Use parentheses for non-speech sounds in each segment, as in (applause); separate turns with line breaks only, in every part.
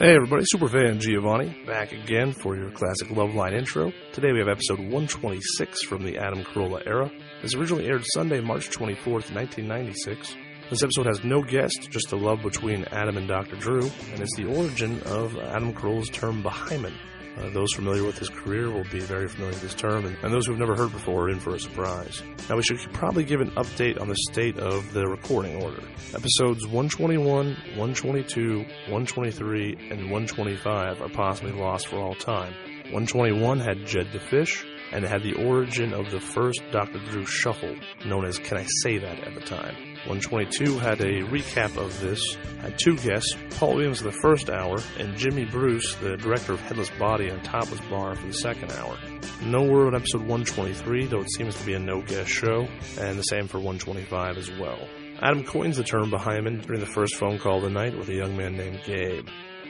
Hey everybody, Superfan Giovanni back again for your classic Loveline intro. Today we have episode 126 from the Adam Carolla era. This originally aired Sunday, March 24th, 1996. This episode has no guest, just the love between Adam and Dr. Drew, and it's the origin of Adam Carolla's term Behyman. Uh, those familiar with his career will be very familiar with this term, and, and those who've never heard before are in for a surprise. Now, we should probably give an update on the state of the recording order. Episodes 121, 122, 123, and 125 are possibly lost for all time. 121 had Jed the Fish, and it had the origin of the first Dr. Drew shuffle, known as Can I Say That at the time. 122 had a recap of this, had two guests, Paul Williams of the first hour, and Jimmy Bruce, the director of Headless Body and Topless Bar, for the second hour. No word on episode 123, though it seems to be a no guest show, and the same for 125 as well. Adam coins the term Bahamian during the first phone call of the night with a young man named Gabe.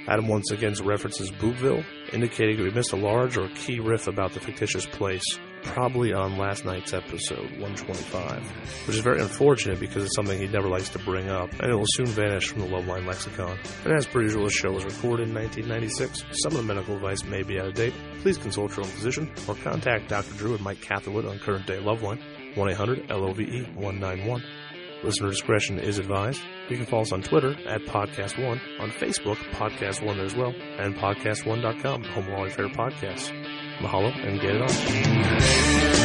Adam once again references Boobville, indicating that we missed a large or key riff about the fictitious place, probably on last night's episode 125, which is very unfortunate because it's something he never likes to bring up, and it will soon vanish from the Loveline lexicon. And as per usual, the show was recorded in 1996. Some of the medical advice may be out of date. Please consult your own physician or contact Dr. Drew and Mike Catherwood on current day Loveline, 1 800 LOVE 191. Listener discretion is advised. You can follow us on Twitter at Podcast One, on Facebook, Podcast One as well, and PodcastOne.com, home of all your favorite podcasts. Mahalo and get it on.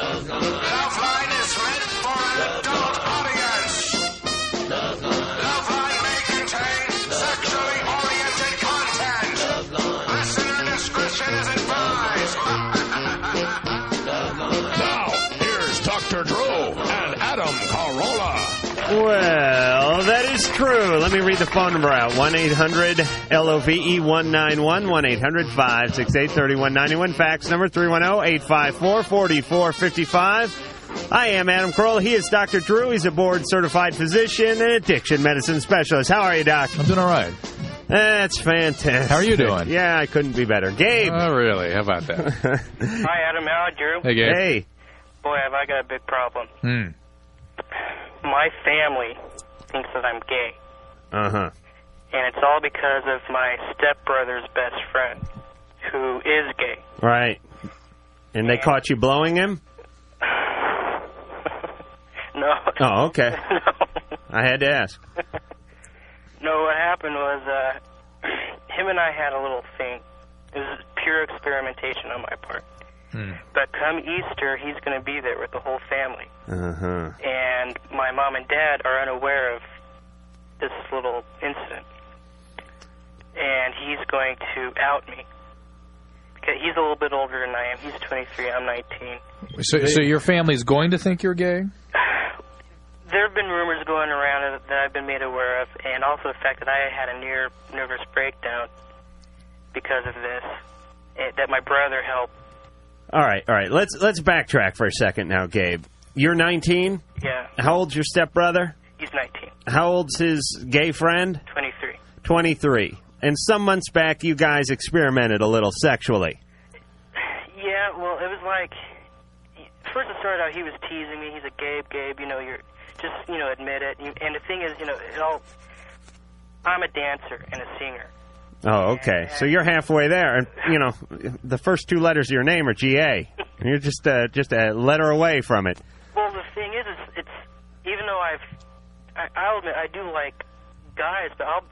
Loveline is meant for an adult audience. Loveline may contain sexually oriented content. Listener discretion is advised.
Now, here's Dr. Drew and Adam Carolla.
Well, that is true. Let me read the phone number out 1 800 LOVE 191 1 800 568 3191. Fax number 310 854 4455. I am Adam Kroll. He is Dr. Drew. He's a board certified physician and addiction medicine specialist. How are you, Doc?
I'm doing all right.
That's fantastic.
How are you doing?
Yeah, I couldn't be better. Gabe.
Oh, really? How about that?
(laughs)
Hi, Adam. How are you?
Hey, Gabe.
hey.
Boy, have I got a big problem.
Hmm.
My family thinks that I'm gay,
Uh huh.
and it's all because of my stepbrother's best friend, who is gay. (laughs)
Right. And they caught you blowing him?
no. (laughs)
Oh, okay.
no.
I had to ask.
No, what happened was uh, (clears throat) him and I had a little thing. It was pure experimentation on my part. But come Easter, he's going to be there with the whole family.
Uh huh.
and my mom and dad are unaware of this little incident. And he's going to out me. Because he's a little bit older than I am. He's 23, I'm 19.
So, so your family's going to think you're gay?
(sighs) There have been rumors going around that I've been made aware of, and also the fact that I had a near nervous breakdown because of this, eh, that my brother helped.
All right, all right. Let's let's backtrack for a second now, Gabe. You're 19.
Yeah,
How old's your stepbrother?
he's 19,
How old's his gay friend?
23.
23. And some months back, you guys experimented a little sexually.
Yeah, well, it was like first it started out he was teasing me. He's a Gabe, Gabe. You know, you're just you know admit it. You- And the thing is, you know, it all. I'm a dancer and a singer.
Oh, okay. So you're halfway there, and you know the first two letters of your name are GA. You're just uh, just a letter away from it.
Well, the thing is, is it's even though I've I, I'll admit I do like guys, but I'll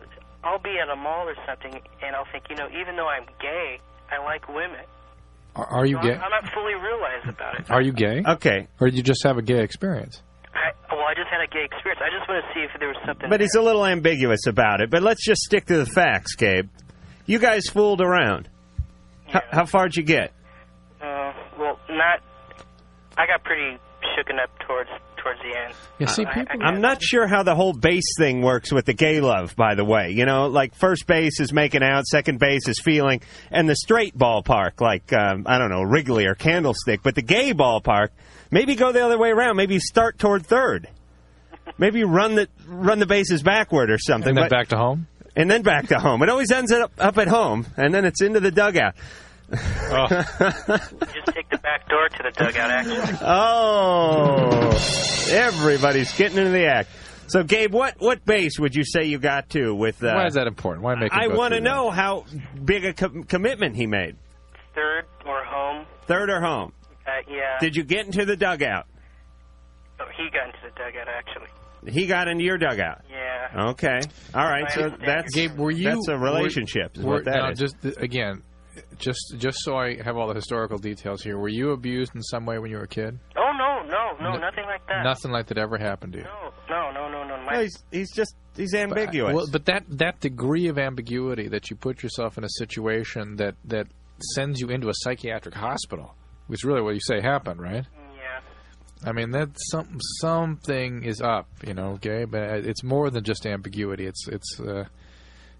I'll be at a mall or something and I'll think you know even though I'm gay, I like women.
Are, are you
So
gay?
I'm, I'm not fully realized about it.
Are you gay?
Okay,
Or did you just have a gay experience?
I, well, I just had a gay experience. I just want to see if there was something.
but he's
there.
a little ambiguous about it. But let's just stick to the facts, Gabe. You guys fooled around. H-
Yeah.
how far'd you get?
Uh, well, not. I got pretty shooken up towards towards the end.
Yeah, see,
I- I
people.
got-
I'm not sure how the whole base thing works with the gay love, by the way. You know, like first base is making out, second base is feeling, and the straight ballpark, like, um, I don't know, Wrigley or Candlestick, but the gay ballpark, maybe go the other way around. Maybe you start toward third. Maybe run the run the bases backward or something.
and then
but-
back to home?
and then back to home. It always ends up, up at home, and then it's into the dugout.
Oh.
(laughs)
Just take the back door to the dugout, actually.
Oh, everybody's getting into the act. So, Gabe, what what base would you say you got to with? Uh,
Why is that important? Why make? him
I
go
want to
through that?
know how big a com- commitment he made.
Third or home.
Third or home?
Uh, yeah.
Did you get into the dugout?
oh, he got into the dugout, actually.
He got into your dugout.
Yeah.
Okay. All right. So that's
Gabe, were you?
that's a relationship. is
Were,
what that
now,
is.
just again, just just so I have all the historical details here. Were you abused in some way when you were a kid?
Oh, no, no, no, nothing like that.
Nothing like that ever happened to you.
No, no, no, no, no.
No,
My,
he's, he's just he's ambiguous.
Well, but that that degree of ambiguity that you put yourself in a situation that that sends you into a psychiatric hospital, which is really what you say happened, right?
yeah.
I mean, that's some something is up, you know, Gabe. Uh, It's more than just ambiguity. It's it's uh,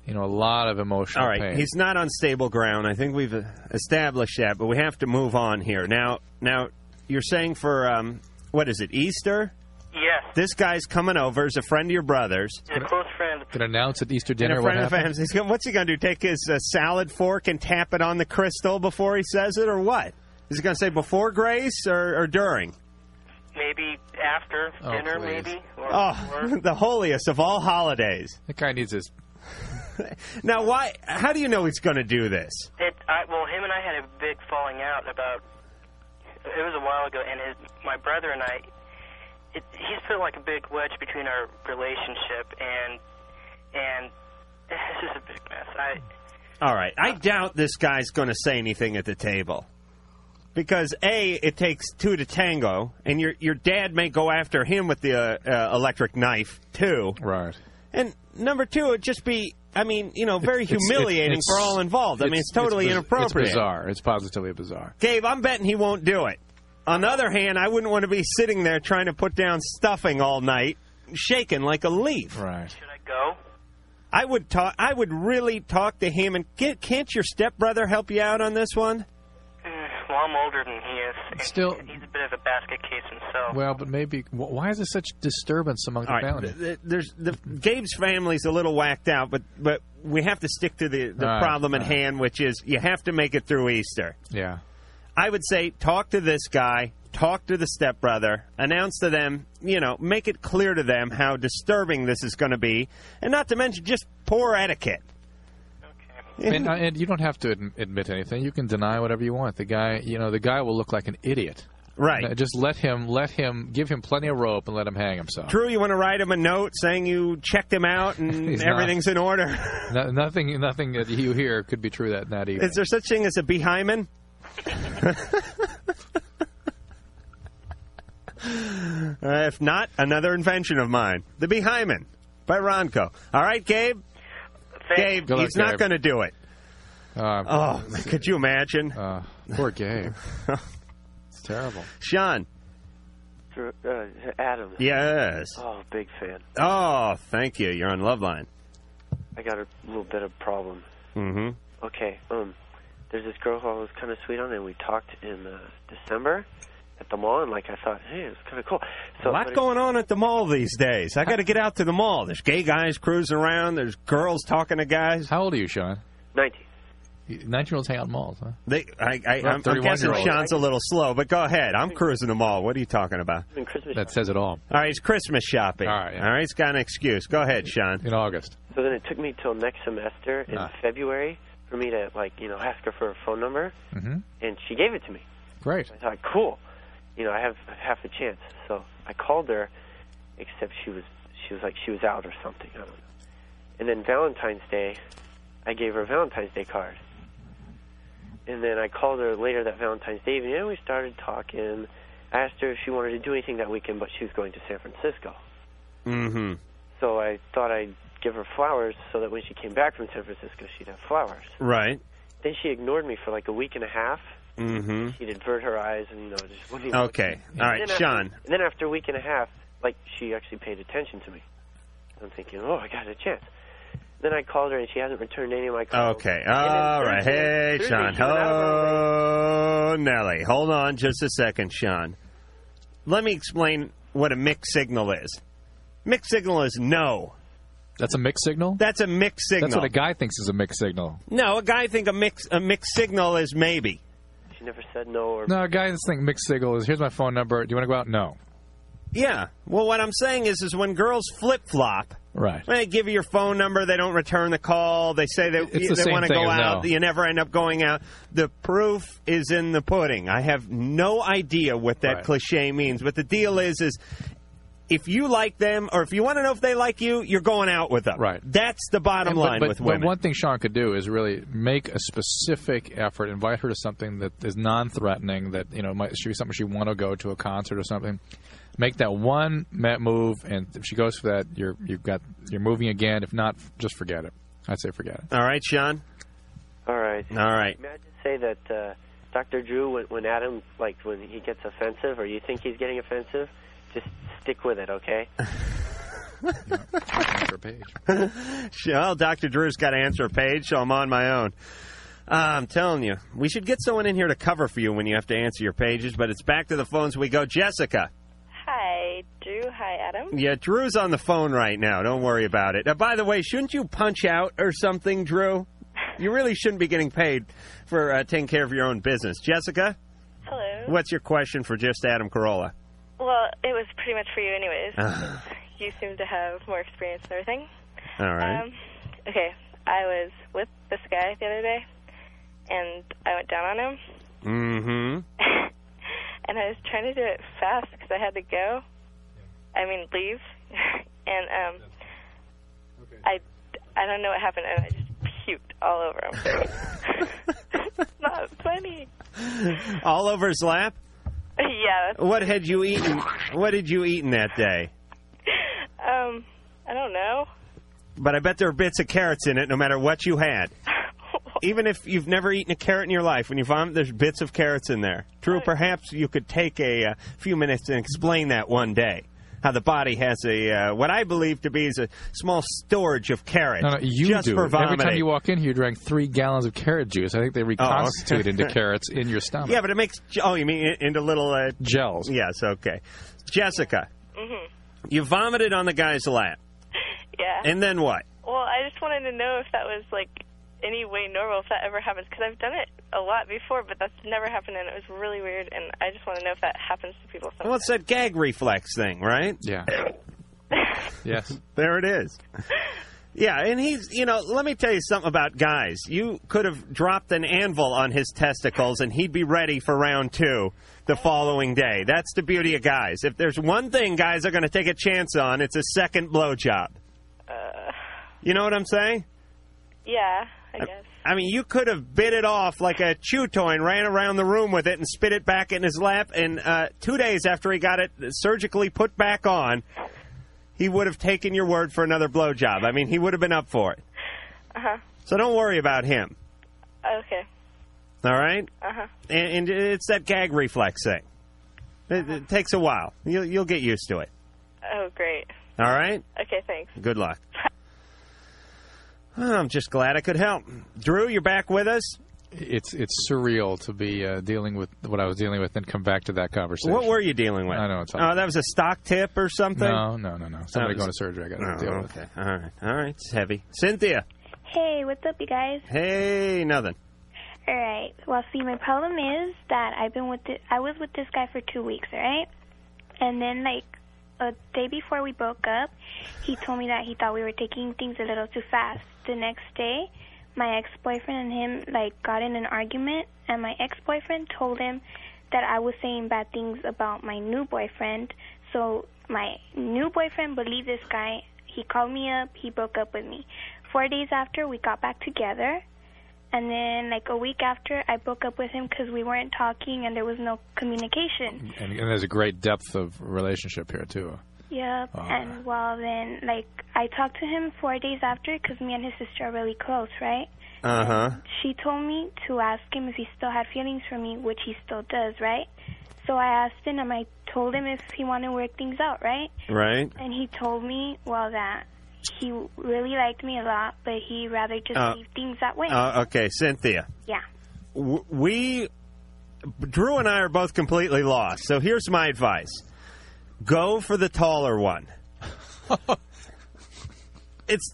you know a lot of emotional
All right,
pain.
he's not on stable ground. I think we've uh, established that, but we have to move on here. Now, now you're saying for um, what is it? Easter?
Yes.
This guy's coming over. He's a friend of your brother's.
He's a close friend.
Can announce at Easter
And
dinner
a
what
friend of
happened.
his. He's gonna, what's he going to do? Take his uh, salad fork and tap it on the crystal before he says it, or what? Is he going to say before grace or, or during?
Maybe after
Oh,
dinner,
please.
maybe. Or,
Ah.
Oh, (laughs)
or-
the holiest of all holidays.
That guy needs his.
(laughs) Now, why? How do you know he's going to do this?
it, I, well, him and I had a big falling out about. It was a while ago, and his my brother and I. It, he's put like a big wedge between our relationship, and and (laughs) it's just a big mess. I
All right. I doubt this guy's going to say anything at the table. Because a, it takes two to tango, and your your dad may go after him with the uh, uh, electric knife too.
Right.
And number two, it'd just be, I mean, you know, very
It's- it's-
humiliating
it's-
for all involved. I mean, it's totally
biz-
inappropriate.
It's bizarre. It's positively bizarre.
Gabe, I'm betting he won't do it. On the other hand, I wouldn't want to be sitting there trying to put down stuffing all night, shaking like a leaf.
Right.
should I go?
I would talk. I would really talk to him. And get, can't your stepbrother help you out on this one?
Mm, Well, I'm older than he is. and
Still-
he's a bit of a basket case himself.
Well, but maybe wh- why is there such disturbance among the
All right. (laughs)
family?
th- th- There's the Gabe's family's a little whacked out, but but we have to stick to the, the
All right,
problem at
all right.
hand, which is you have to make it through Easter.
Yeah.
I would say talk to this guy, talk to the stepbrother, announce to them, you know, make it clear to them how disturbing this is going to be, and not to mention just poor etiquette.
Okay.
And, uh, and you don't have to adm- admit anything. You can deny whatever you want. The guy, you know, the guy will look like an idiot.
Right.
Uh, Just let him, let him, give him plenty of rope and let him hang himself. (laughs)
Drew, you want to write him a note saying you checked him out and (laughs)
He's not.
everything's in order?
No, nothing, nothing that you hear could be true that that evening.
Is there such thing as a behyman? (laughs) uh, if not, another invention of mine, the behyman by Ronco. All right, Gabe. Gabe,
Good luck,
he's not
Gabe.
going to do it.
Uh,
Oh, could you imagine,
uh,
(laughs)
poor Gabe. it's terrible.
Sean?
Uh, Adam.
Yes.
Oh, big fan.
Oh, thank you. You're on Loveline.
I got a little bit of problem.
Mm-hmm.
Okay. Um, there's this girl who I was kind of sweet on, and we talked in uh, December at the mall, and like I thought, hey, it's kind of cool. So
A lot
but it-
going on at the mall these days. I got to get out to the mall. There's gay guys cruising around. There's girls talking to guys.
How old are you, Sean?
Ninety.
Nineteen-year-olds hang out in malls, huh?
They, I, I,
Well,
I'm, I'm guessing
31-year-old.
Sean's a little slow, but go ahead. I'm cruising the mall. What are you talking about?
And Christmas.
That says it all.
All right, it's Christmas shopping.
All right, yeah.
All right, it's got an excuse. Go ahead, Sean.
In August.
So then it took me till next semester in
Ah.
February for me to like you know ask her for her phone number,
Mhm.
and she gave it to me.
Great.
I thought, cool, you know I have half a chance. So I called her, except she was she was like she was out or something. I don't know. And then Valentine's Day, I gave her a Valentine's Day card. And then I called her later that Valentine's Day evening, and we started talking. I asked her if she wanted to do anything that weekend, but she was going to San Francisco.
Mm-hmm.
So I thought I'd give her flowers so that when she came back from San Francisco, she'd have flowers.
Right.
Then she ignored me for like a week and a half.
Mm-hmm.
She'd avert her eyes and, you know, just wouldn't even look at
Okay.
me.
All
And
right,
then
Sean.
After, and then after a week and a half, like, she actually paid attention to me. I'm thinking, oh, I got a chance. Then I called her and she hasn't returned any of my calls.
Okay.
And then
All right.
Thursday-
Hey,
Thursday
Sean.
she went out of her way-
Oh, Nelly. Hold on just a second, Sean. Let me explain what a mixed signal is. Mixed signal is no.
That's a mixed signal?
That's a mixed signal.
That's what a guy thinks is a mixed signal.
no, a guy think a mix a mixed signal is maybe.
She never said no or
No, guys think mixed signal is here's my phone number. Do you want to go out? No.
Yeah. Well, what I'm saying is, is when girls flip flop,
Right.
they give you your phone number, they don't return the call, they say they
It's the
they
same
want to
thing
go
as
out,
no.
you never end up going out. The proof is in the pudding. I have no idea what that
Right.
cliche means, but the deal is, is if you like them or if you want to know if they like you, you're going out with them.
Right.
That's the bottom
And- but-
line
but,
with
but
women.
one thing Sean could do is really make a specific effort, invite her to something that is non-threatening, that you know might should be something she want to go to a concert or something. Make that one met move, and if she goes for that, you're you've got you're moving again. If not, f- just forget it. I'd say forget it.
All right, Sean.
all right.
All
(laughs)
right.
May I just say that uh, Dr. Drew, when, when Adam, like, when he gets offensive or you think he's getting offensive, just stick with it, okay?
Answer page.
(laughs) Well, Dr. Drew's got to answer a page, so I'm on my own. Uh, I'm telling you, we should get someone in here to cover for you when you have to answer your pages, but it's back to the phones we go. Jessica.
Hi, Drew. Hi, Adam.
Yeah, Drew's on the phone right now. Don't worry about it. Uh, by the way, shouldn't you punch out or something, Drew? You really shouldn't be getting paid for uh, taking care of your own business. Jessica,
Hello.
what's your question for just Adam Carolla?
Well, it was pretty much for you,
(sighs)
anyways. you seem to have more experience and everything.
All right.
Um, okay, I was with this guy the other day, and I went down on him,
mm-hmm.
and I was trying to do it fast because I had to go. I mean, leave, (laughs) and um, I, I don't know what happened, and I just puked all over
(laughs)
him. it's not funny.
All over his lap.
yeah, that's,
What had you eaten? What had you eaten that day?
um, I don't know.
But I bet there are bits of carrots in it, no matter what you had. Even if you've never eaten a carrot in your life, when you vomit, there's bits of carrots in there. Drew, perhaps you could take a uh, few minutes and explain that one day. How the body has a uh, what I believe to be is a small storage of carrots.
No, no, you
just
do.
for
it. Every
vomiting. Oh.
time you walk in here, you drank three gallons of carrot juice. I think they reconstitute into
(laughs)
carrots in your stomach.
yeah, but it makes oh, you mean i- into little uh,
Gels.
yes, okay. Jessica, you vomited on the guy's lap,
Mm-hmm. Yeah.
and then what?
Well, I just wanted to know if that was like any way normal, if that ever happens, because I've done it a lot before, but that's never happened, and it was really weird. And I just want to know if that happens to people
Well,
sometimes.
it's that gag reflex thing, right?
Yeah. yes.
There it is. Yeah, and he's, you know, let me tell you something about guys. You could have dropped an anvil on his testicles and he'd be ready for round two the following day. That's the beauty of guys. If there's one thing guys are going to take a chance on, it's a second blowjob. You know what I'm saying?
yeah, I guess.
I mean, you could have bit it off like a chew toy and ran around the room with it and spit it back in his lap. And uh, two days after he got it surgically put back on, he would have taken your word for another blowjob. I mean, he would have been up for it.
Uh-huh.
So don't worry about him.
Oh,
Okay.
All right?
Uh-huh.
And, and it's that gag reflex thing. It,
Uh-huh.
it takes a while. You'll, you'll get used to it.
Oh, great.
All right?
Okay, thanks.
Good luck. Oh, I'm just glad I could help. Drew, you're back with us.
It's it's surreal to be uh, dealing with what I was dealing with and come back to that conversation.
What were you dealing with?
I know it's
Oh, that was a stock tip or something.
No, no, no, no. Somebody
was-
going to surgery. I got
Oh,
to deal with.
okay. All right. All right. It's heavy. Cynthia.
Hey, what's up, you guys?
Hey, nothing.
All right. Well, see, my problem is that I've been with this, I was with this guy for two weeks, all right? And then, like, a day before we broke up, he told me that he thought we were taking things a little too fast. The next day, my ex-boyfriend and him like got in an argument, and my ex-boyfriend told him that I was saying bad things about my new boyfriend. So my new boyfriend believed this guy. He called me up. He broke up with me. Four days after, we got back together. And then, like a week after, I broke up with him because we weren't talking and there was no communication.
And, and there's a great depth of relationship here too.
Yep. And well, then, like, I talked to him four days after because me and his sister are really close, right?
Uh huh.
She told me to ask him if he still had feelings for me, which he still does, right? So I asked him and I told him if he wanted to work things out, right?
Right.
And he told me, well, that he really liked me a lot, but he rather just
Uh,
leave things that way.
Uh, okay, Cynthia.
yeah.
W- we, Drew and I are both completely lost. So here's my
(laughs)
advice: go for the taller one. it's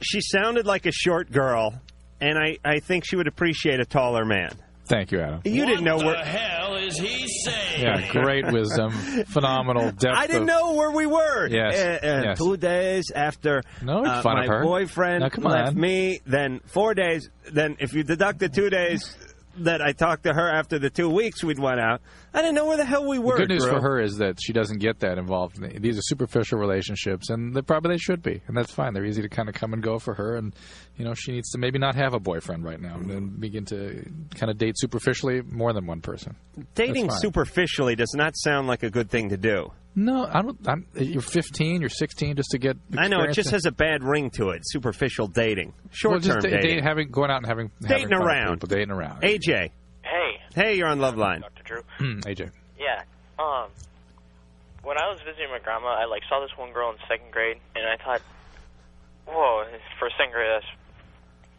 she sounded like a short girl, and I I think she would appreciate a taller man.
Thank you, Adam.
You didn't know
what
where
the hell is he saying?
(laughs)
Yeah, great wisdom, phenomenal depth.
I didn't
of-
know where we were.
Yes,
Uh, uh,
yes.
Two days after
No, it's
uh,
fun of
my
her.
boyfriend
Now, come
left
on.
me, then four days. Then if you deduct the two days that I talked to her after the two weeks we'd went out, I didn't know where the hell we were.
Good news
Drew.
for her is that she doesn't get that involved. These are superficial relationships, and they probably they should be, and that's fine. They're easy to kind of come and go for her, and you know she needs to maybe not have a boyfriend right now and begin to kind of date superficially more than one person.
Dating
fine.
superficially does not sound like a good thing to do.
No, I don't. I'm, you're 15, you're 16, just to get.
I know it
experience
just has a bad ring to it. Superficial dating,
well,
short term
just da-
dating.
date- having going out and having having
Dating
fun with
around.
people, dating around.
AJ,
Hey,
hey, you're on Love Line.
Dr. Drew.
Hmm, AJ.
Yeah. Um, when I was visiting my grandma, I like saw this one girl in second grade, and I thought, "Whoa, for second grade, that's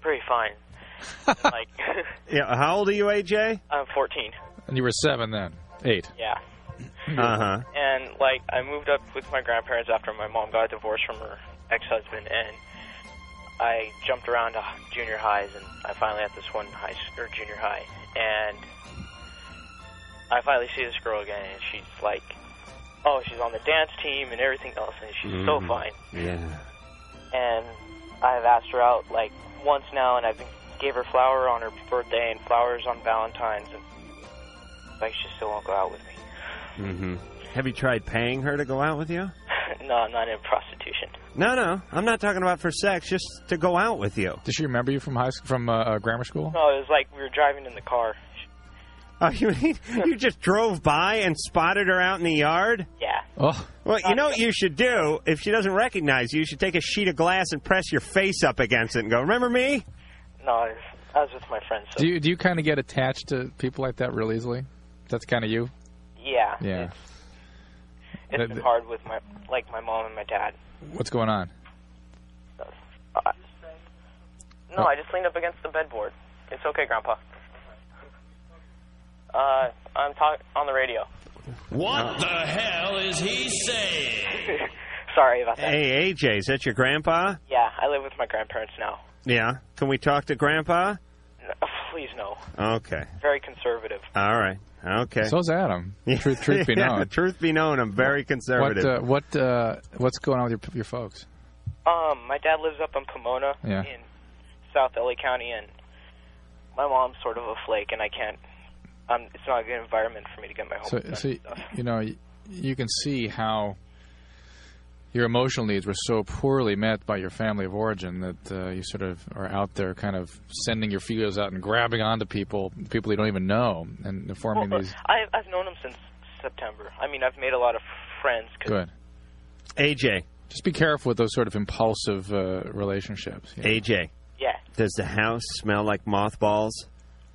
pretty fine."
(laughs)
And, like,
(laughs)
(laughs)
Yeah, how old are you, AJ?
I'm 14.
And you were seven then, eight.
Yeah.
Uh huh.
And like, I moved up with my grandparents after my mom got divorced from her ex-husband, and I jumped around to junior highs, and I finally at this one high s- or junior high, and I finally see this girl again, and she's like, "Oh, she's on the dance team and everything else, and she's so fine."
Yeah.
and I've asked her out like once now, and I've been, gave her flower on her birthday and flowers on Valentine's, and like she still won't go out with me. (laughs)
Mm-hmm. Have you tried paying her to go out with you?
no, I'm not in prostitution.
No, no, I'm not talking about for sex. Just to go out with you.
Does she remember you from high school, from uh, uh, grammar school?
No, it was like we were driving in the car.
Oh, you mean you just drove by and spotted her out in the yard?
Yeah.
Oh,
Well, you know what you should do if she doesn't recognize you. You should take a sheet of glass and press your face up against it and go, "Remember me?"
No, I was, I was with my friends. So
do you do you kind of get attached to people like that real easily? That's kind of you.
yeah.
Yeah.
It's, it's been hard with my like my mom and my dad.
What's going on?
Uh, no, I just leaned up against the bedboard. It's okay, Grandpa. Uh, I'm talk- on the radio.
Uh,
What the hell is he saying?
(laughs) Sorry about that.
Hey, AJ, is that your grandpa?
Yeah, I live with my grandparents now. (laughs)
Yeah. Can we talk to grandpa?
No, please no.
Okay.
Very conservative.
All right. Okay.
So's Adam. Truth, truth be
(laughs) Yeah,
known.
truth be known, I'm very
What
conservative.
uh, what uh, what's going on with your your folks?
Um, my dad lives up in Pomona
Yeah.
in South LA County, and my mom's sort of a flake, and I can't. Um, it's not a good environment for me to get my
So,
homework done
so
and stuff.
you know, y- you can see how your emotional needs were so poorly met by your family of origin that uh, you sort of are out there, kind of sending your feelers out and grabbing onto people, people you don't even know, and forming
Well,
these.
I, I've known him since September. I mean, I've made a lot of friends. Cause
Good.
AJ,
Just be careful with those sort of impulsive uh, relationships. you know.
AJ,
Yeah.
does the house smell like mothballs?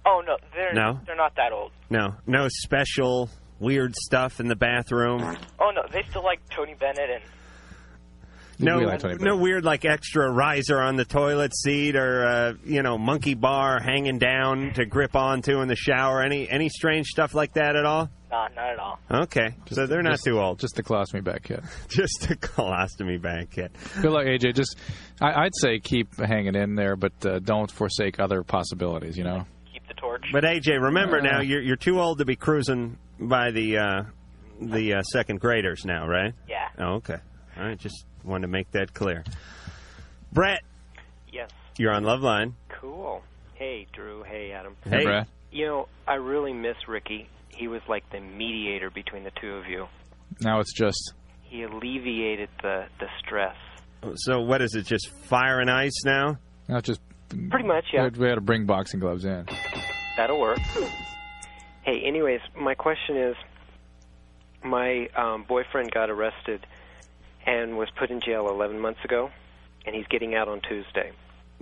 Oh no, they're
No?
they're not that old.
No, no special weird stuff in the bathroom.
Oh no, they still like Tony Bennett and
No,
We like Tony
no
Bennett.
weird like extra riser on the toilet seat or uh, you know monkey bar hanging down to grip onto in the shower. Any any strange stuff like that at all?
nah, not at all.
Okay, so they're not
just-
too old.
Just the colostomy back kid.
(laughs) Just a colostomy bag kit.
Good luck, AJ. Just, I, I'd say keep hanging in there, but uh, don't forsake other possibilities. You know.
Keep the torch.
But AJ, remember
Uh.
now you're you're too old to be cruising by the uh, the uh, second graders now, right?
yeah.
Oh, okay. All right, just wanted to make that clear. Brett,
Yes.
you're on Love Line.
Cool. Hey, Drew. Hey, Adam.
Hey,
Brad.
You know, I really miss Ricky. He was like the mediator between the two of you.
Now it's just
He alleviated the the stress.
so what is it? Just fire and ice now?
now it's just.
Pretty much, yeah.
We had to bring boxing gloves in.
That'll work. Hey, anyways, my question is my um, boyfriend got arrested and was put in jail 11 months ago, and he's getting out on Tuesday.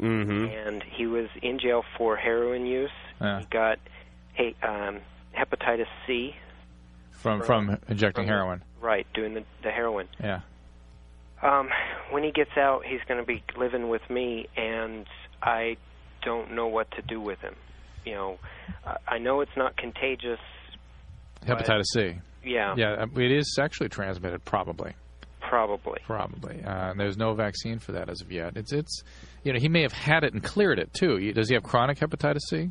Mm-hmm.
And he was in jail for heroin use.
Hmm? Yeah.
He got hey, um, hepatitis C,
From from injecting
from-
heroin.
right, doing the, the heroin.
Yeah.
Um, when he gets out, he's going to be living with me, and I don't know what to do with him. You know, I, I know it's not contagious.
Hepatitis C.
Yeah,
Yeah, um, it is sexually transmitted, probably.
Probably.
Probably. Uh, and there's no vaccine for that as of yet. It's it's you know he may have had it and cleared it too. You- Does he have chronic hepatitis C?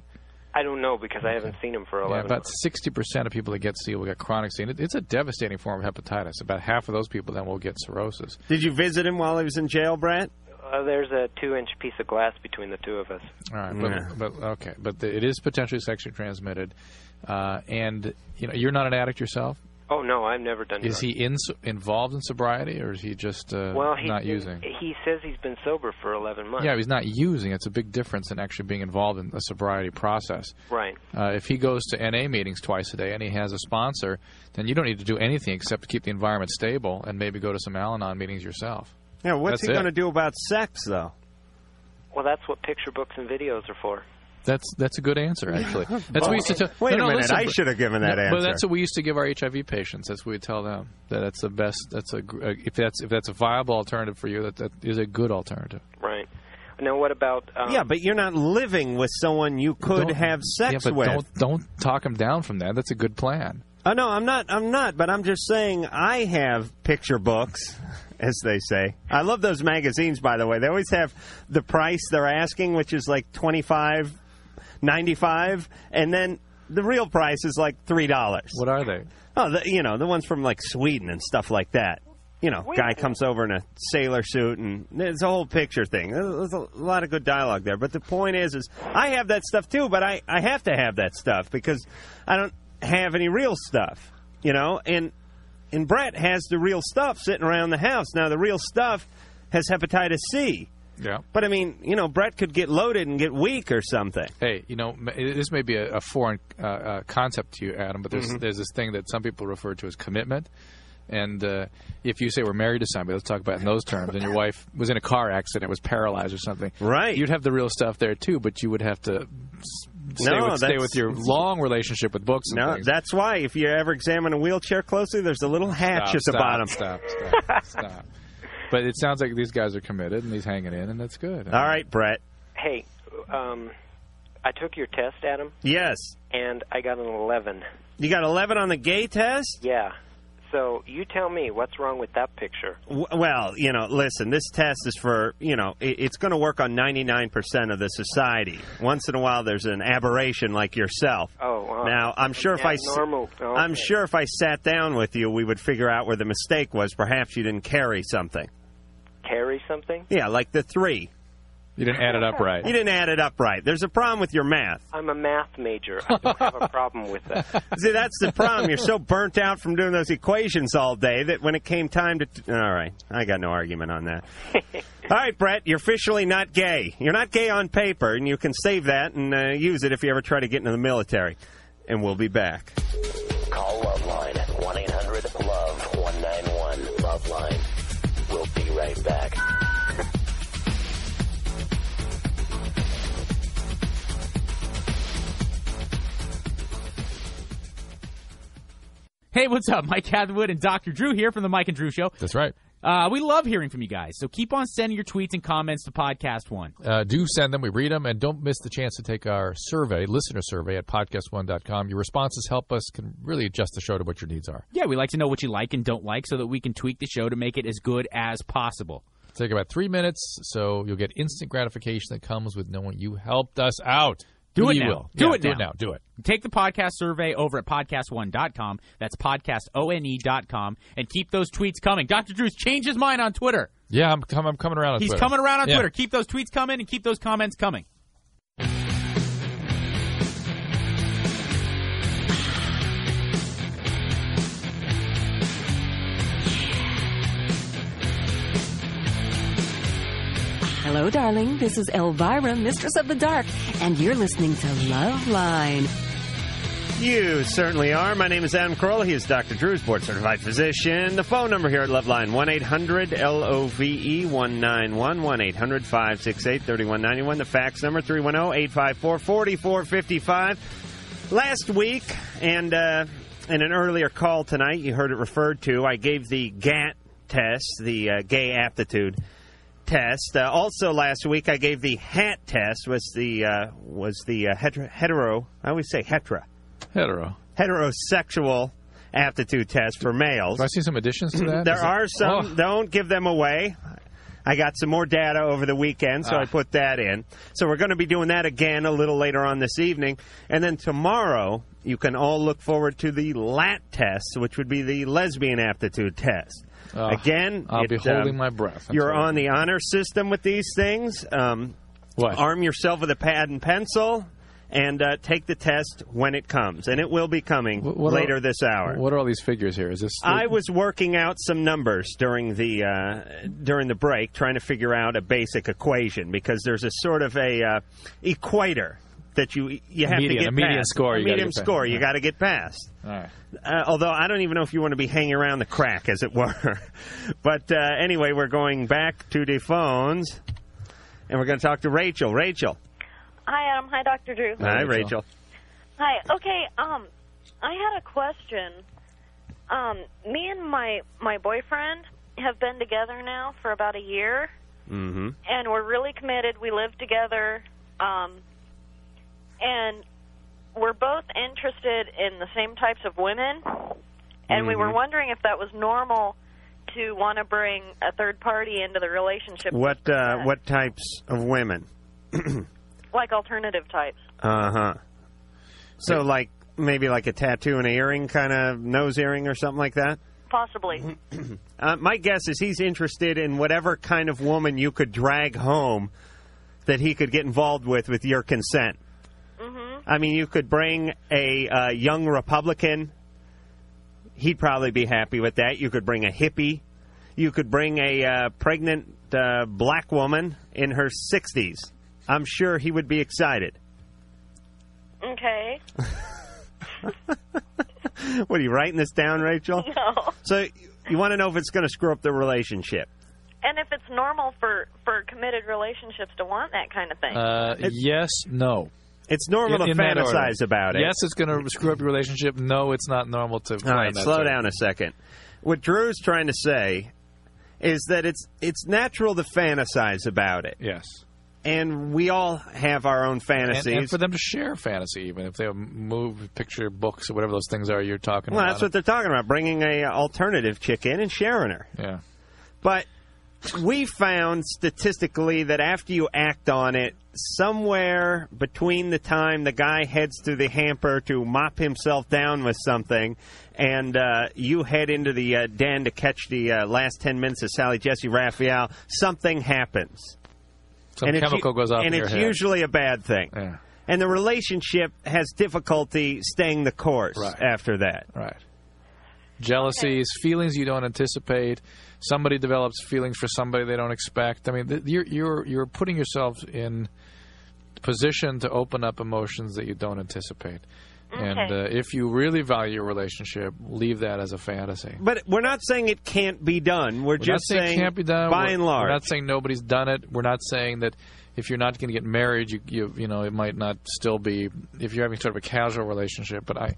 I don't know because I haven't seen him for
Yeah,
11
about 60% of people that get C will get chronic C. And it, it's a devastating form of hepatitis. About half of those people then will get cirrhosis.
Did you visit him while he was in jail, Brett?
Uh, there's a two-inch piece of glass between the two of us.
All right, but,
Yeah.
but okay, but the, it is potentially sexually transmitted, uh, and you know you're not an addict yourself.
Oh no, I've never done. drugs.
Is he in, involved in sobriety, or is he just uh,
Well, he's
not
been-
using?
He says he's been sober for 11 months.
Yeah, he's not using. It's a big difference in actually being involved in the sobriety process.
Right.
Uh, if he goes to NA meetings twice a day and he has a sponsor, then you don't need to do anything except keep the environment stable and maybe go to some Al-Anon meetings yourself.
Yeah, what's
That's
he
it.
going to do about sex, though?
Well, that's what picture books and videos are for.
That's that's a good
(laughs)
answer actually. That's what we used to tell.
Oh, Wait
no,
a
no,
minute,
listen,
I should have given that
No,
answer.
But that's what we used to give our HIV patients. That's what we tell them that that's the best. That's a gr- uh, if that's if that's a viable alternative for you, that that is a good alternative.
Right. Now, what about? Um,
yeah, but you're not living with someone you could
Don't-
have sex
yeah, but
with.
don't don't talk them down from that. That's a good plan.
Oh no, I'm not. I'm not. But I'm just saying I have picture books, (laughs) as they say. I love those magazines, by the way. They always have the price they're asking, which is like twenty five, ninety five, and then the real price is like three dollars.
What are they?
Oh, the, you know the ones from like Sweden and stuff like that. You know, guy comes over in a sailor suit, and it's a whole picture thing. There's a lot of good dialogue there, but the point is, is I have that stuff too, but I I have to have that stuff because I don't have any real stuff, you know. And and Brett has the real stuff sitting around the house now. The real stuff has hepatitis C,
Yeah.
but I mean, you know, Brett could get loaded and get weak or something.
Hey, you know, m- it- this may be a, a foreign uh, uh, concept to you, Adam, but there's
Mm-hmm.
there's this thing that some people refer to as commitment. And uh, if you say we're married to somebody, let's talk about it in those terms, and your wife was in a car accident, was paralyzed or something,
Right.
You'd have the real stuff there too, but you would have to s- stay,
No,
with, stay
that's-
with
(laughs)
your long relationship with books. And
No,
things.
that's why if you ever examine a wheelchair closely, there's a little hatch
stop,
at the
stop,
bottom.
Stop,
(laughs)
stop, stop. But it sounds like these guys are committed and he's hanging in, and that's good.
All right, Brett.
Hey, um, I took your test, Adam,
Yes.
and I got an 11.
You got 11 on the gay test?
Yeah. So you tell me what's wrong with that picture.
W- Well, you know, listen, this test is for, you know, i- it's going to work on 99% of the society. Once in a while, there's an aberration like yourself.
Oh, wow.
Now, I'm sure if I. s-
Abnormal. Oh,
I'm
okay.
sure if I sat down with you, we would figure out where the mistake was. Perhaps you didn't carry something.
Carry something?
Yeah, like the three.
You didn't add it up right.
You didn't add it up right. There's a problem with your math.
I'm a math major. I don't have a problem with that.
(laughs) See, that's the problem. You're
(laughs)
so burnt out from doing those equations all day that when it came time to. All right, I got no argument on that. All right, Brett, you're officially not gay. You're not gay on paper, and you can save that and uh, use it if you ever try to get into the military. And we'll be back.
Call Loveline 1 800 Love 191 Loveline. We'll be right back.
Hey, what's up? Mike Catherwood and Dr. Drew here from the Mike and Drew Show.
That's right.
Uh, we love hearing from you guys, so keep on sending your tweets and comments to Podcast One.
Uh, do send them. We read them. And don't miss the chance to take our survey, listener survey at podcast1.com. Your responses help us can really adjust the show to what your needs are.
Yeah, we like to know what you like and don't like so that we can tweak the show to make it as good as possible.
Take about three minutes, so you'll get instant gratification that comes with knowing you helped us out.
Do
We
it now.
will.
Do
Yeah,
it
do it
now.
now. Do it.
Take the podcast survey over at podcast1.com. That's podcastone.com. E And keep those tweets coming. Dr. Drew's changed his mind on Twitter.
Yeah, I'm, com- I'm coming around on
He's
Twitter.
coming around on
Yeah.
Twitter. Keep those tweets coming and keep those comments coming.
Hello, darling. This is Elvira, Mistress of the Dark, and you're listening to Love Line.
You certainly are. My name is Adam Carolla. He is Dr. Drew's board certified physician. The phone number here at Loveline 1 800 L O V E 191 1 800 568 3191. The fax number oh, 310 854 4455. Last week, and uh, in an earlier call tonight, you heard it referred to, I gave the GAT test, the uh, gay aptitude test. Uh, also, last week I gave the HAT test, was the, uh, was the uh, hetero, hetero, I always say hetero
Hetero.
heterosexual aptitude test for males. Do I
see some additions to that?
(clears throat) There
Is it-
are some.
Oh.
Don't give them away. I got some more data over the weekend, so
Ah.
I put that in. So we're going to be doing that again a little later on this evening. And then tomorrow, you can all look forward to the LAT test, which would be the lesbian aptitude test.
Ah,
again,
I'll be
it, um,
holding my breath. I'm
you're
sorry.
on the honor system with these things. Um, Arm yourself with a pad and pencil and uh, take the test when it comes. And it will be coming
What are-
later this hour.
What are all these figures here? Is this?
I was working out some numbers during the uh, during the break, trying to figure out a basic equation because there's a sort of a uh, equator that you you have
Median-
to get
a median
past.
score
A
you gotta
medium
get past,
score
yeah.
you got to get past.
All right.
Uh, although I don't even know if you want to be hanging around the crack, as it were. (laughs) but uh, anyway, we're going back to the phones, and we're going to talk to Rachel. Rachel,
Hi, Adam. Hi, Dr. Drew.
hi, Rachel.
Hi. Okay. Um, I had a question. Um, me and my my boyfriend have been together now for about a year,
Mm-hmm.
and we're really committed. We live together, um, and we're both interested in the same types of women. And we were
Mhm.
wondering if that was normal to want to bring a third party into the relationship,
What uh, what types of women?
like alternative types.
Uh huh. So, like, maybe like a tattoo and a earring, kind of nose earring or something like that?
Possibly.
Uh, my guess is he's interested in whatever kind of woman you could drag home that he could get involved with with your consent. I mean, you could bring a uh, young Republican. He'd probably be happy with that. You could bring a hippie. You could bring a uh, pregnant uh, black woman in her 60s. I'm sure he would be excited. (laughs)
Okay.
What are you writing this down, Rachel?
No.
So you want to know if it's going to screw up the relationship?
And if it's normal for for committed relationships to want that kind of thing.
Uh, yes, no.
It's normal to
that order.
fantasize about it.
Yes, it's going to screw up your relationship. No, it's not normal to.
All right, slow down a second. What Drew's trying to say is that it's it's natural to fantasize about it.
Yes.
And we all have our own
And,
fantasies.
and for them to share fantasy, even if they have moved picture books or whatever those things are you're talking
well,
about.
that's what they're talking about, bringing a uh, alternative chick in and sharing her.
Yeah.
But we found statistically that after you act on it, somewhere between the time the guy heads to the hamper to mop himself down with something and uh, you head into the uh, den to catch the uh, last 10 minutes of Sally Jesse Raphael, something happens.
Some
it's
chemical
u-
goes off
And
in your
it's
head.
usually a bad thing. And the relationship has difficulty staying the course after that.
Right. Jealousies, feelings you don't anticipate. Somebody develops feelings for somebody they don't expect. I mean, th- you're you're you're putting yourself in position to open up emotions that you don't anticipate. And uh,
Okay.
if you really value your relationship, leave that as a fantasy.
But we're not saying it can't be done. We're,
We're
just
not saying, it can't be done.
by
We're-
and large.
we're not saying nobody's done it. We're not saying that if you're not going to get married, you, you you know it might not still be if you're having sort of a casual relationship. But I,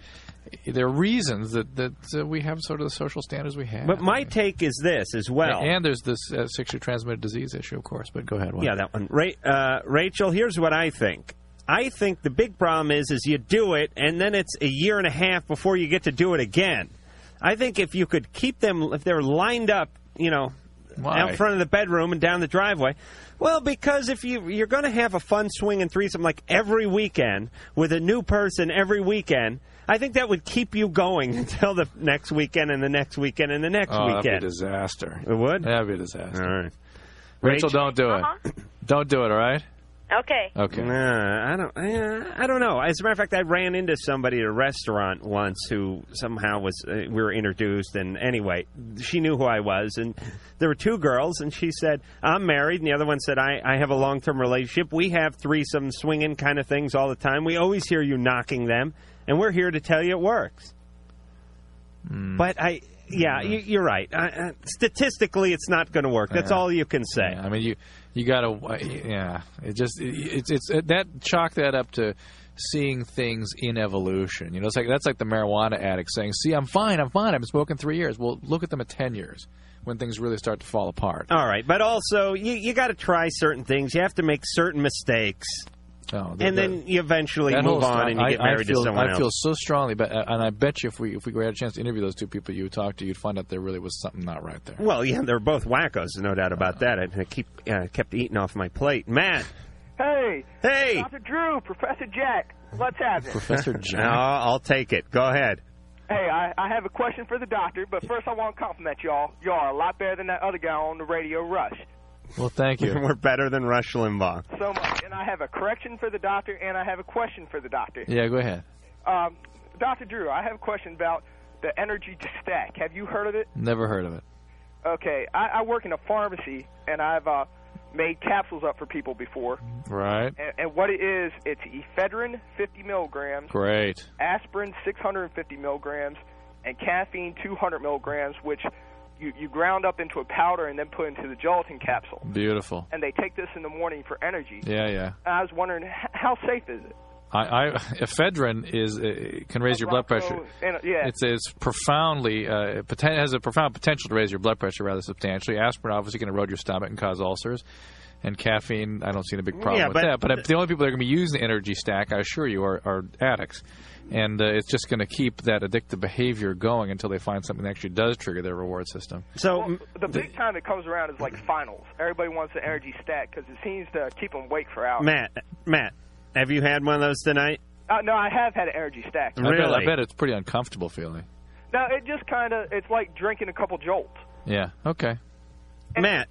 there are reasons that that uh, we have sort of the social standards we have.
But my take is this as well.
and there's this uh, sexually transmitted disease issue, of course. But go ahead. Juan.
yeah, that one. Ra- uh, Rachel, here's what I think. I think the big problem is is you do it and then it's a year and a half before you get to do it again. I think if you could keep them if they're lined up, you know,
Why?
out front of the bedroom and down the driveway. Well, because if you you're going to have a fun swing and threesome like every weekend with a new person every weekend, I think that would keep you going (laughs) until the next weekend and the next weekend and the next
Oh, that'd be a
weekend.
disaster.
It would.
That'd be a disaster.
All right.
Rachel, don't do it. Don't do it. All right.
Okay.
Okay.
Nah, I don't. eh, I don't know. As a matter of fact, I ran into somebody at a restaurant once who somehow was. Uh, we were introduced, and anyway, she knew who I was, and there were two girls, and she said, "I'm married," and the other one said, "I, I have a long term relationship. We have threesome swinging kind of things all the time. We always hear you knocking them, and we're here to tell you it works."
Hmm.
But I. Yeah, you, you're right. I, I, statistically, it's not going to work. That's
Yeah.
all you can say.
I mean, you you got to yeah. It just it, it's it's that chalk that up to seeing things in evolution. You know, it's like that's like the marijuana addict saying, "See, I'm fine, I'm fine. I've been smoking three years." Well, look at them at ten years when things really start to fall apart.
All right, but also you, you got to try certain things. You have to make certain mistakes.
No,
And then you eventually
Oh, that
move
whole
on and you
I-
get
I
married to
feel-
someone
I feel
else.
so strongly, but uh, and I bet you if we if we had a chance to interview those two people you talked to, you'd find out there really was something not right there.
Well, yeah, they're both wackos, no doubt about that. I, I keep uh, kept eating off my plate.
(laughs)
Matt,
Hey.
Hey.
Dr. Drew, Professor Jack. Let's have it.
(laughs) no, I'll take it. Go ahead.
Hey, I, I have a question for the doctor, but first I want to compliment y'all. Y'all are a lot better than that other guy on the radio, Rush.
Well, thank you.
(laughs) We're better than Rush Limbaugh.
So much. And I have a correction for the doctor, and I have a question for the doctor.
Yeah, go ahead.
Um, Dr. Drew, I have a question about the energy stack. Have you heard of it?
Never heard of it.
Okay, I, I work in a pharmacy, and I've uh, made capsules up for people before.
Right.
And, and what it is, it's ephedrine 50 milligrams,
Great.
aspirin 650 milligrams, and caffeine 200 milligrams, which you, you ground up into a powder and then put into the gelatin capsule.
Beautiful.
And they take this in the morning for energy.
Yeah, yeah.
And I was wondering, h- how safe is it?
I, I ephedrine is uh, can raise your blood pressure.
And, uh, yeah.
It's, it's profoundly uh, poten- has a profound potential to raise your blood pressure rather substantially. Aspirin obviously can erode your stomach and cause ulcers. And caffeine, I don't see any big problem
Yeah,
with
but-
that. But the only people that are going to be using the energy stack, I assure you, are, are addicts. And uh, it's just going to keep that addictive behavior going until they find something that actually does trigger their reward system.
So
the big time that comes around is like finals. Everybody wants the energy stack because it seems to keep them awake for hours.
Matt, Matt, have you had one of those tonight?
Uh, no, I have had an energy stack.
I bet, I
Really?
bet it's a pretty uncomfortable feeling.
No, it just kind of it's like drinking a couple jolts.
Yeah. Okay.
Matt,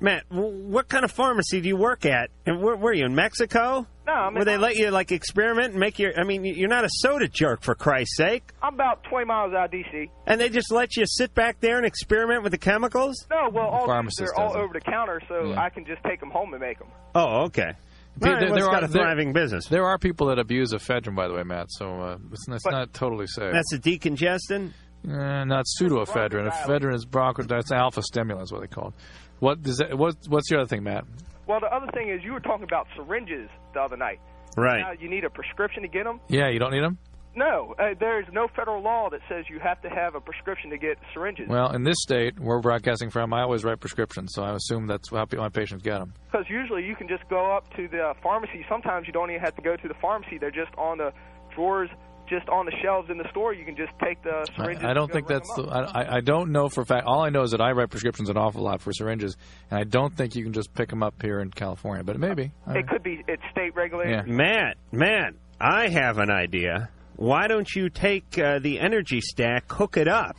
Matt, w- what kind of pharmacy do you work at? And where were you in Mexico?
No, I'm in-
where they let you like experiment and make your. I mean, you're not a soda jerk for Christ's sake.
I'm about 20 miles out of DC.
And they just let you sit back there and experiment with the chemicals?
No, well, all these,
pharmacist
they're all
does it.
over the counter, so
Yeah.
I can just take them home and make them.
Oh, okay.
Pe-
All right, well, it's got a thriving business.
There are people that abuse ephedrine, by the way, Matt. So uh, it's, it's not totally safe.
That's a decongestant.
Eh, not pseudoephedrine. Ephedrine is bronchodilator. That's alpha stimulant, is what they call it. What does that? What, what's the other thing, Matt?
Well, the other thing is you were talking about syringes the other night.
Right.
Now you need a prescription to get them.
Yeah, you don't need them.
No, uh, there is no federal law that says you have to have a prescription to get syringes.
Well, in this state we're broadcasting from, I always write prescriptions, so I assume that's how pe- my patients get them.
Because usually you can just go up to the pharmacy. Sometimes you don't even have to go to the pharmacy. They're just on the drawers, just on the shelves in the store. You can just take the syringes.
I, I don't think that's the. I, I- I don't know for a fact. All I know is that I write prescriptions an awful lot for syringes, and I don't think you can just pick them up here in California. But maybe. All right.
It could be it's state regulated.
Matt, Matt, I have an idea. Why don't you take uh, the energy stack, hook it
(laughs)
up,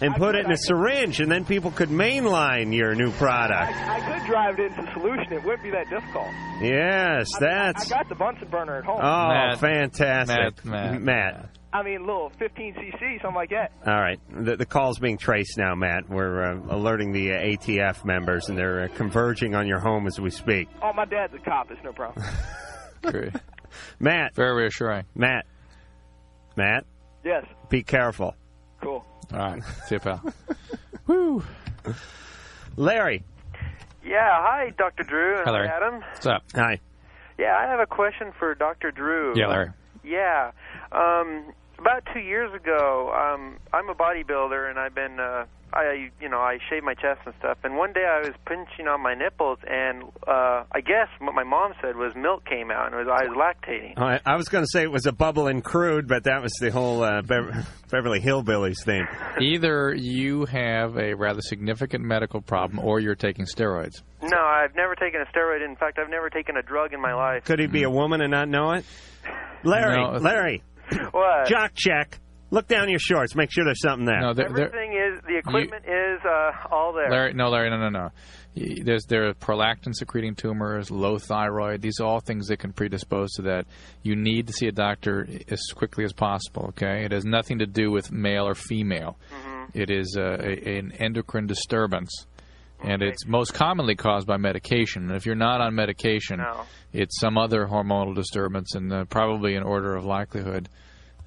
and put it in a syringe, and then people could mainline your new product?
I could drive it into solution. It wouldn't be that difficult.
Yes,
I
that's.
got the Bunsen burner at
Oh,
home.
fantastic.
Matt, Matt.
I mean, little 15 cc, something like that.
All right. The, the call's being traced now, Matt. We're uh, alerting the uh, ATF members, and they're uh, converging on your home as we speak.
Oh, my dad's a cop. It's no
(laughs)
problem.
(laughs) Matt.
Very reassuring.
Matt. Matt,
yes,
be careful.
cool.
All right. See you, pal.
Woo. Larry.
Yeah, hi, Dr. Drew. and
Hi, Larry.
Adam.
What's up?
Hi.
Yeah, I have a question for Dr. Drew.
Yeah, Larry.
Yeah. Um, about two years ago, um, I'm a bodybuilder, and I've been, uh, I, you know, I shave my chest and stuff. And one day, I was pinching on my nipples, and uh, I guess what my mom said was milk came out, and it was, I was lactating.
I, I was going to say it was a bubble and crude, but that was the whole uh, Bever- (laughs) Beverly Hillbillies thing.
Either you have a rather significant medical problem or you're taking steroids.
No, I've never taken a steroid. In fact, I've never taken a drug in my life.
Could he be a woman and not know it? Larry,
No.
Larry.
What?
Jock check. Look down your shorts. Make sure there's something there.
No, there- there-
Everything is the equipment is uh, all there.
Larry, no, Larry, no, no, no. Y- There's there are prolactin secreting tumors, low thyroid. These are all things that can predispose to that. You need to see a doctor as quickly as possible. Okay, it has nothing to do with male or female.
Mm-hmm.
It is uh, a, an endocrine disturbance, and it's most commonly caused by medication. And if you're not on medication, it's some other hormonal disturbance, and uh, probably in order of likelihood.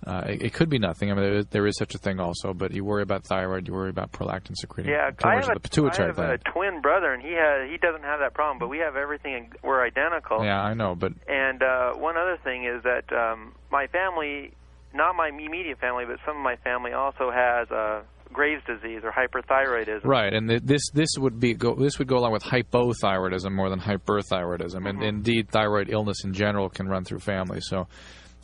Uh, it, it could be nothing. I mean, there is, there is such a thing also, but you worry about thyroid, you worry about prolactin secreting
Yeah, I
tumors
have,
of
a,
the pituitary
I have
gland.
a twin brother, and he has he doesn't have that problem, but we have everything. and We're identical.
Yeah, I know, but
And uh, one other thing is that um, my family, not my immediate family, but some of my family also has uh, Graves' disease or hyperthyroidism.
Right, and th- this this would be go, this would go along with hypothyroidism more than hyperthyroidism,
Mm-hmm.
and indeed thyroid illness in general can run through families. So,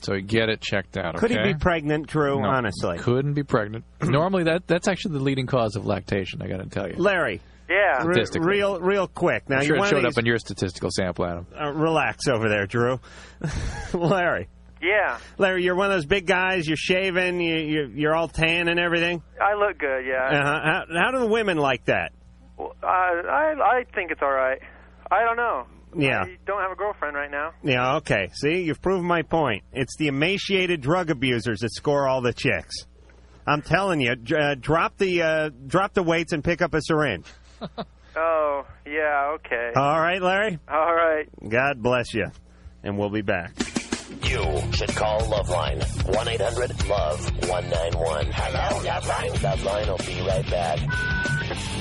so get it checked out.
Could he
okay?
be pregnant, Drew?
No,
honestly,
couldn't
(clears throat)
be pregnant. Normally, that that's actually the leading cause of lactation. I got to tell you,
Larry.
Yeah.
Re-
Statistically.
real, real quick. Now
I'm
you
sure it
one
showed
of
up
these,
in your statistical sample, Adam.
uh, relax over there, Drew. (laughs) Larry,
Yeah,
Larry, you're one of those big guys. You're shaving. You, you're, you're all tan and everything.
I look good. Yeah.
Uh-huh. How, how do the women like that?
Well, I, I I think it's all right. I don't know.
Yeah.
I don't have a girlfriend right
(laughs)
now.
Yeah, okay. See, you've proven my point. It's the emaciated drug abusers that score all the chicks. I'm telling you, dr- uh, drop the uh, drop the weights and pick up a syringe.
Oh, yeah. Okay.
All right, Larry.
All right.
God bless you, and we'll be back.
You should call Loveline. 1 800 Love 191. Hello, Loveline. Loveline will be right back.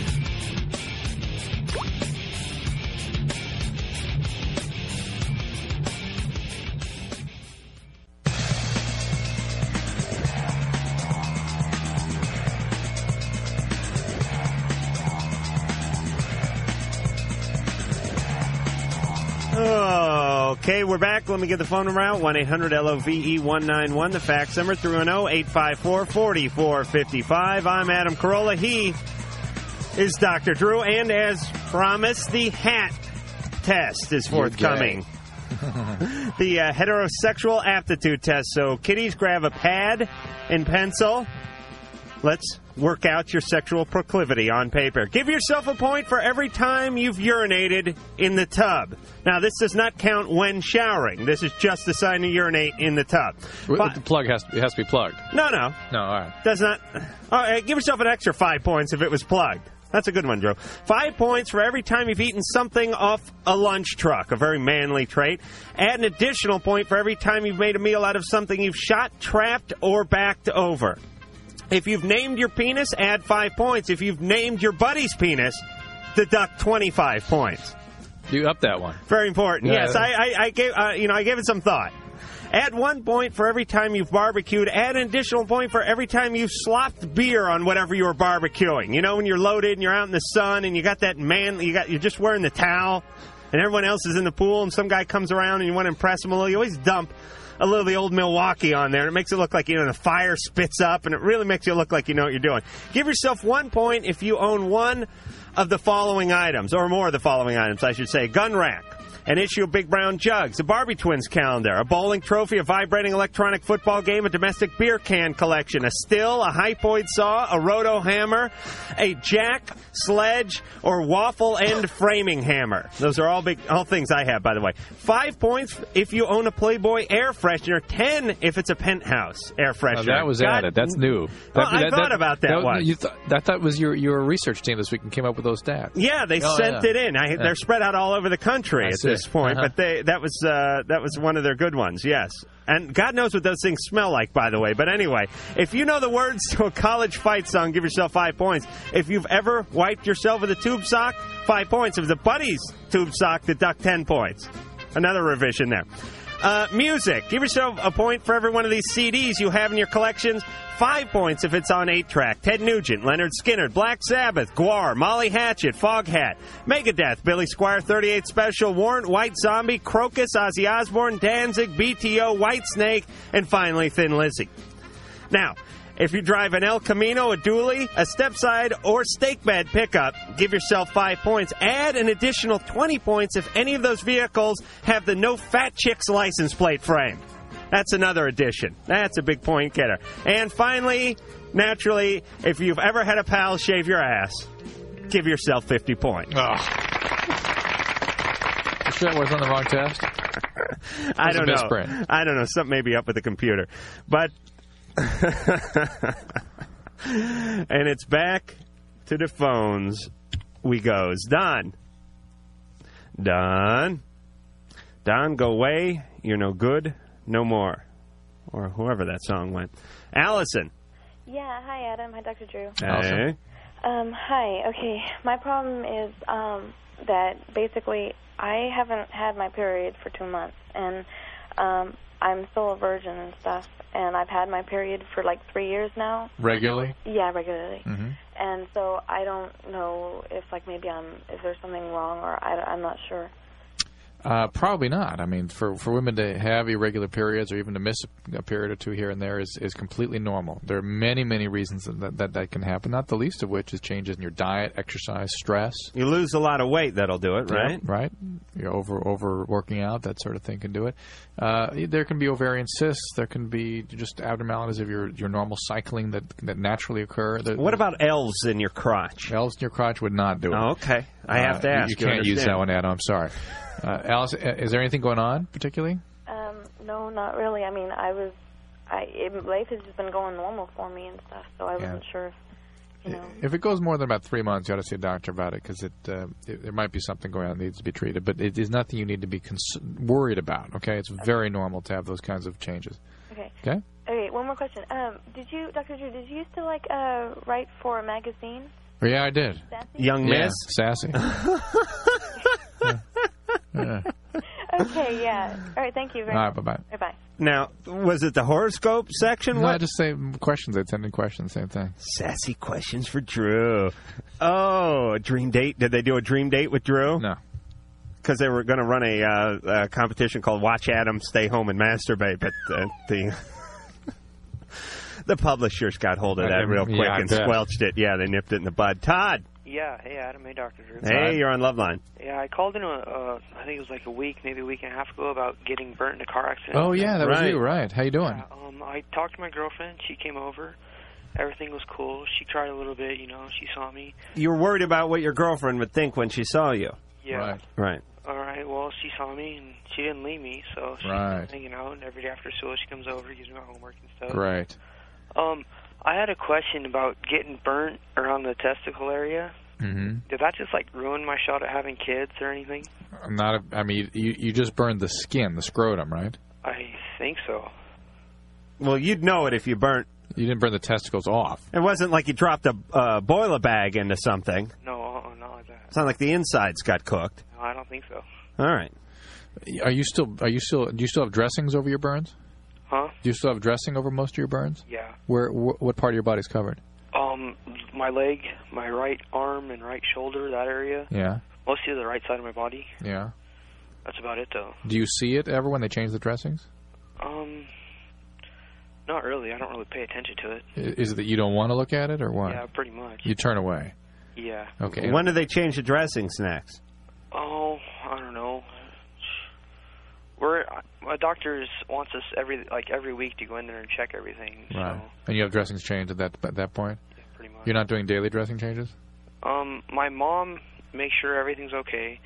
Okay, we're back. Let me get the phone number out 1 800 LOVE 191. The fax number oh, 310 854 4455. I'm Adam Carolla. He is Dr. Drew. And as promised, the hat test is forthcoming. the uh, heterosexual aptitude test. So, kiddies, grab a pad and pencil. Let's work out your sexual proclivity on paper. Give yourself a point for every time you've urinated in the tub. Now, this does not count when showering. This is just the sign to urinate in the tub. Fi-
the plug has it has to be plugged.
no, no.
No, all right.
Does not. All right, give yourself an extra five points if it was plugged. That's a good one, Drew. Five points for every time you've eaten something off a lunch truck, a very manly trait. Add an additional point for every time you've made a meal out of something you've shot, trapped, or backed over. If you've named your penis, add five points. If you've named your buddy's penis, deduct 25 points.
You up that one.
Very important.
Yeah.
Yes, I, I, I gave uh, you know I gave it some thought. Add one point for every time you've barbecued. Add an additional point for every time you've slopped beer on whatever you were barbecuing. You know when you're loaded and you're out in the sun and you got that man, you got you're just wearing the towel, and everyone else is in the pool, and some guy comes around and you want to impress him a little. You always dump a little of the old Milwaukee on there. and It makes it look like you know the fire spits up, and it really makes you look like you know what you're doing. Give yourself one point if you own one of the following items, or more of the following items, I should say: gun rack, an issue of Big Brown Jugs, a Barbie Twins calendar, a bowling trophy, a vibrating electronic football game, a domestic beer can collection, a still, a hypoid saw, a roto hammer, a jack, sledge, or waffle end framing hammer. Those are all big, all things I have, by the way. Five points if you own a Playboy air freshener. Ten if it's a penthouse air freshener.
Now, that was
God-
added. That's new.
Well, I thought about that one.
You th- I thought it was your, your research team this week and came up with those stats.
Yeah, they
Oh,
sent
yeah.
it in. I,
Yeah.
They're spread out all over the country
I
at
see.
this point,
Uh-huh.
but they that was uh, that was one of their good ones. Yes, and God knows what those things smell like, by the way. But anyway, if you know the words to a college fight song, give yourself five points. If you've ever wiped yourself with a tube sock, five points. If the buddy's tube sock, deduct ten points. Another revision there. Uh, music. Give yourself a point for every one of these CDs you have in your collections. Five points if it's on 8 track. Ted Nugent, Leonard Skinner, Black Sabbath, Guar, Molly Hatchet, Foghat, Megadeth, Billy Squire, 38 Special, Warrant, White Zombie, Crocus, Ozzy Osbourne, Danzig, BTO, White Snake, and finally Thin Lizzy. Now, if you drive an El Camino, a dually, a stepside, or stake bed pickup, give yourself five points. Add an additional 20 points if any of those vehicles have the no fat chicks license plate frame. That's another addition. That's a big point getter. And finally, naturally, if you've ever had a pal shave your ass, give yourself 50 points.
You sure that was on the wrong test?
I
It was a
don't know.
misprint.
I don't know. Something may be up with the computer, but (laughs) and it's back to the phones. We goes Don. Don. Don, go away. You're no good, no more, or whoever that song went. Allison.
Yeah, hi Adam. Hi Dr. Drew.
Hey.
Um, hi. Okay, my problem is um, that basically I haven't had my period for two months, and um, I'm still a virgin and stuff, and I've had my period for like three years now.
regularly.
Yeah, regularly.
Mm-hmm.
And so I don't know if like maybe I'm if there's something wrong or I, I'm not sure.
Uh, probably not. I mean, for, for women to have irregular periods or even to miss a period or two here and there is, is completely normal. There are many, many reasons that, that that can happen, not the least of which is changes in your diet, exercise, stress.
You lose a lot of weight, that'll do it,
Yeah,
right?
right. You're over over working out, that sort of thing can do it. Uh, there can be ovarian cysts. There can be just abnormalities of your, your normal cycling that that naturally occur. There,
What about elves in your crotch?
Elves in your crotch would not do it. Uh,
Oh, okay. I have to
you-
ask.
You,
You
can't use
understand.
that one, Adam. I'm sorry. Uh, Alice, uh, is there anything going on particularly?
Um, no, not really. I mean, I was, I it, life has just been going normal for me and stuff, so I
Yeah.
wasn't sure if
If it goes more than about three months, you ought to see a doctor about it because it, uh, it there might be something going on that needs to be treated. But it is nothing you need to be cons- worried about. Okay, it's very normal to have those kinds of changes.
okay.
Okay,
Okay, one more question. Um, did you, Dr. Drew, did you used to like uh write for a
(laughs)
magazine?
Well, yeah, I did.
Young
Yeah,
Miss? (laughs)
sassy. Yeah.
okay, yeah. All right, thank you very
All right,
much.
bye-bye.
Bye bye.
Now, was it the horoscope section?
No,
what?
I just say questions. I send in questions. Same thing.
Sassy questions for Drew. Oh, a dream date. Did they do a dream date with Drew?
No.
Because they were going to run a, uh, a competition called Watch Adam Stay Home and Masturbate, but uh, the. (laughs) The publishers got hold of that
Um,
real quick
yeah, I
and
bet.
squelched it. Yeah, they nipped it in the bud. Todd,
Yeah. Hey, Adam. Hey, Doctor Drew.
hey, you're on Loveline.
Yeah, I called in. A, uh, I think it was like a week, maybe a week and a half ago, about getting burnt in a car accident.
Oh yeah, that was you, right? How you doing?
Um, I talked to my girlfriend. She came over. Everything was cool. She cried a little bit. You know, she saw me.
You were worried about what your girlfriend would think when she saw you.
Yeah. Right.
Right.
All right. Well, she saw me and she didn't leave me, so she's
Right.
hanging out. And every day after school, she comes over, gives me my homework and stuff.
Right.
Um, I had a question about getting burnt around the testicle area.
Mm-hmm.
Did that just like ruin my shot at having kids or anything?
I'm not. A, I mean, you you just burned the skin, the scrotum, right?
I think so.
Well, you'd know it if you burnt.
You didn't burn the testicles off.
It wasn't like you dropped a uh, boiler bag into something.
No, uh-uh, not like that.
It's not like the insides got cooked.
No, I don't think so.
All right.
Are you still? Are you still? Do you still have dressings over your burns?
Huh?
Do you still have dressing over most of your burns?
Yeah.
Where? Wh- what part of your body's covered?
Um, my leg, my right arm, and right shoulder, that area.
Yeah.
Mostly the right side of my body.
Yeah.
That's about it, though.
Do you see it ever when they change the dressings?
Um, not really. I don't really pay attention to it.
I- Is it that you don't want to look at it, or what?
Yeah, pretty much.
You turn away.
Yeah.
Okay.
When do they change the dressings next?
Oh, I don't know. We're my doctor wants us every like every week to go in there and check everything.
Right. And you have dressings changed at that at that point.
pretty much.
You're not doing daily dressing changes.
Um, my mom makes sure everything's okay,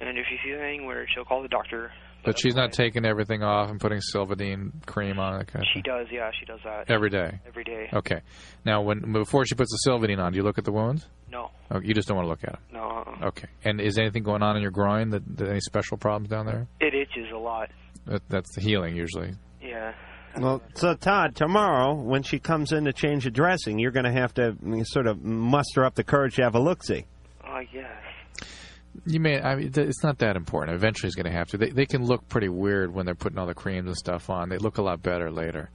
and if you see anything weird, she'll call the doctor.
But she's not taking everything off and putting Sylvadine cream on. That kind of
She
thing.
does, yeah, she does that
Every day.
Every day.
Okay. Now, when before she puts the Sylvadine on, do you look at the wounds?
No.
Oh, you just don't want to look at it.
No. uh-uh.
Okay. And is anything going on in your groin? That, that any special problems down there?
It itches a lot.
That, that's the healing usually.
Yeah.
Well, so Todd, tomorrow when she comes in to change the dressing, you're going to have to mm, sort of muster up the courage to have a look see.
Oh yeah.
You may. I mean, th- it's not that important. Eventually, it's going to have to. They, they can look pretty weird when they're putting all the creams and stuff on. They look a lot better later.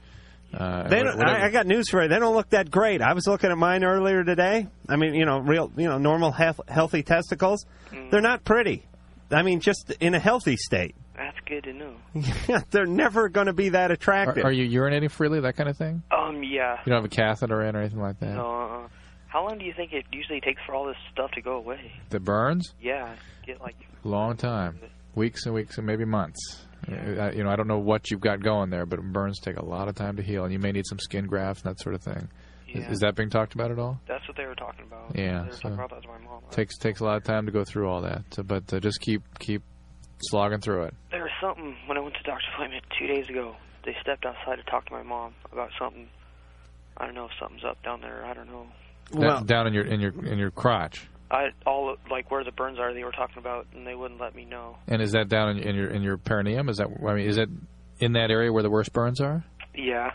Uh,
They
and
don't,
whatever-
I, I got news for you. They don't look that great. I was looking at mine earlier today. I mean, you know, real, you know, normal health, healthy testicles. They're not pretty. I mean, just in a healthy state. (laughs)
That's good to know.
they're never going to be that attractive.
are, are you urinating freely? That kind of thing.
Um, yeah.
You don't have a catheter in or anything like that.
No. Uh, how long do you think it usually takes for all this stuff to go away?
The burns.
Yeah. Get like
Long time, weeks and weeks and maybe months. Uh, You know, I don't know what you've got going there, but burns take a lot of time to heal, and you may need some skin grafts and that sort of thing. Is,
Yeah.
is that being talked about at all?
that's what they were talking about.
Yeah,
They were
so-
talking about that to my mom.
Takes takes a lot of time to go through all that, so- but uh, just keep keep slogging through it.
There was something when I went to doctor's (laughs) appointment two days ago. They stepped outside to talk to my mom about something. I don't know if something's up down there. I don't know.
Da- down in your in your in your crotch,
I all like where the burns are. They were talking about, and they wouldn't let me know.
and is that down in, in your in your perineum? Is that I mean, is it in that area where the worst burns are?
Yeah,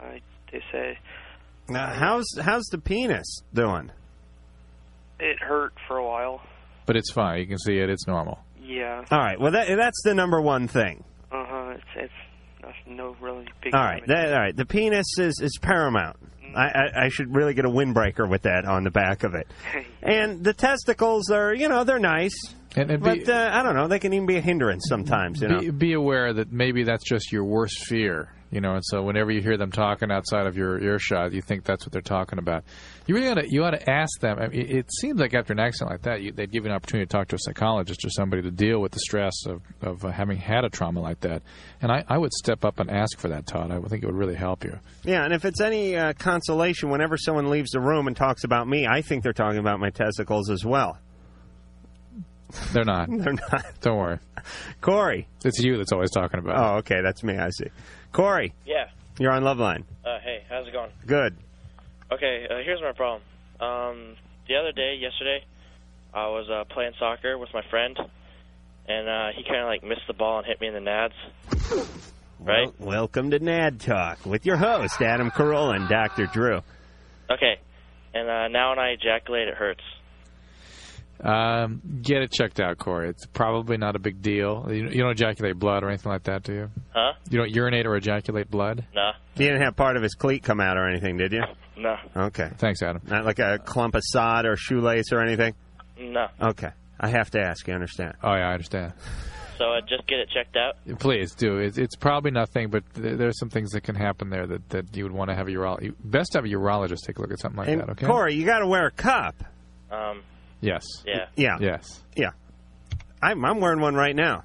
I they say
Now, how's how's the penis doing?
it hurt for a while.
But it's fine. You can see it. It's normal.
Yeah.
All right. Well, that, that's the number one thing.
Uh huh. It's it's
gosh, no really big.
All right, that, all right. The penis is is paramount. I, I, I should really get a windbreaker with that on the back of it. And the testicles are, you know, they're nice,
And it'd be-
but uh, I don't know. They can even be a hindrance sometimes. You know,
be, be aware that maybe that's just your worst fear, you know. And so whenever you hear them talking outside of your earshot, you think that's what they're talking about. You really ought to you ought to ask them. I mean, it, it seems like after an accident like that, you, they'd give you an opportunity to talk to a psychologist or somebody to deal with the stress of of uh, having had a trauma like that. And I, I would step up and ask for that, Todd. I would think it would really help you.
yeah. And if it's any uh, consolation, whenever someone leaves the room and talks about me, I think they're talking about my testicles as well.
They're not.
(laughs) They're not.
Don't worry,
Corey.
It's you that's always talking about.
Oh, okay, that's me. I see. Corey,
Yeah.
you're on Love Line.
Uh, hey, how's it going?
Good.
Okay, uh, here's my problem. Um, the other day, yesterday, I was uh, playing soccer with my friend, and uh, he kind of like missed the ball and hit me in the nads.
Right. welcome to Nad Talk with your host Adam Carolla and Dr. Drew.
Okay, and uh, now when I ejaculate, it hurts.
Um, get it checked out, Corey. It's probably not a big deal. You, you don't ejaculate blood or anything like that, do you?
Huh?
You don't urinate or ejaculate blood?
Nah.
You didn't have part of his cleat come out or anything, did you?
No.
Okay.
Thanks, Adam.
Not like a clump of sod or shoelace or anything?
No.
Okay. I have to ask. You understand?
Oh, yeah, I understand.
So uh, just get it checked out.
Please do. It's, it's probably nothing, but th- there's some things that can happen there that, that you would want to have a urologist. Best to have a urologist take a look at something like
And
that, okay?
Corey, you got to wear a cup.
Um.
Yes.
Yeah.
Yeah.
Yes.
Yeah. I'm, I'm wearing one right now.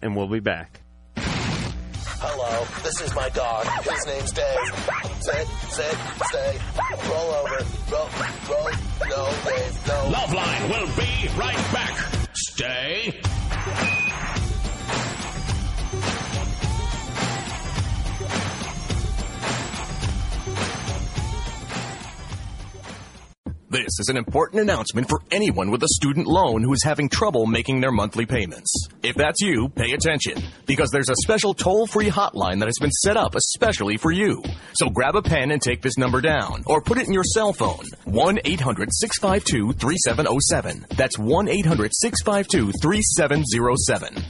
And we'll be back.
Hello, this is my dog. His name's Dave. Sit, sit, stay. Roll over. Roll, roll. No, Dave, no.
Loveline will be right back. Stay.
This is an important announcement for anyone with a student loan who is having trouble making their monthly payments. If that's you, pay attention because there's a special toll-free hotline that has been set up especially for you. So grab a pen and take this number down or put it in your cell phone. 1-800-652-3707. That's 1-800-652-3707.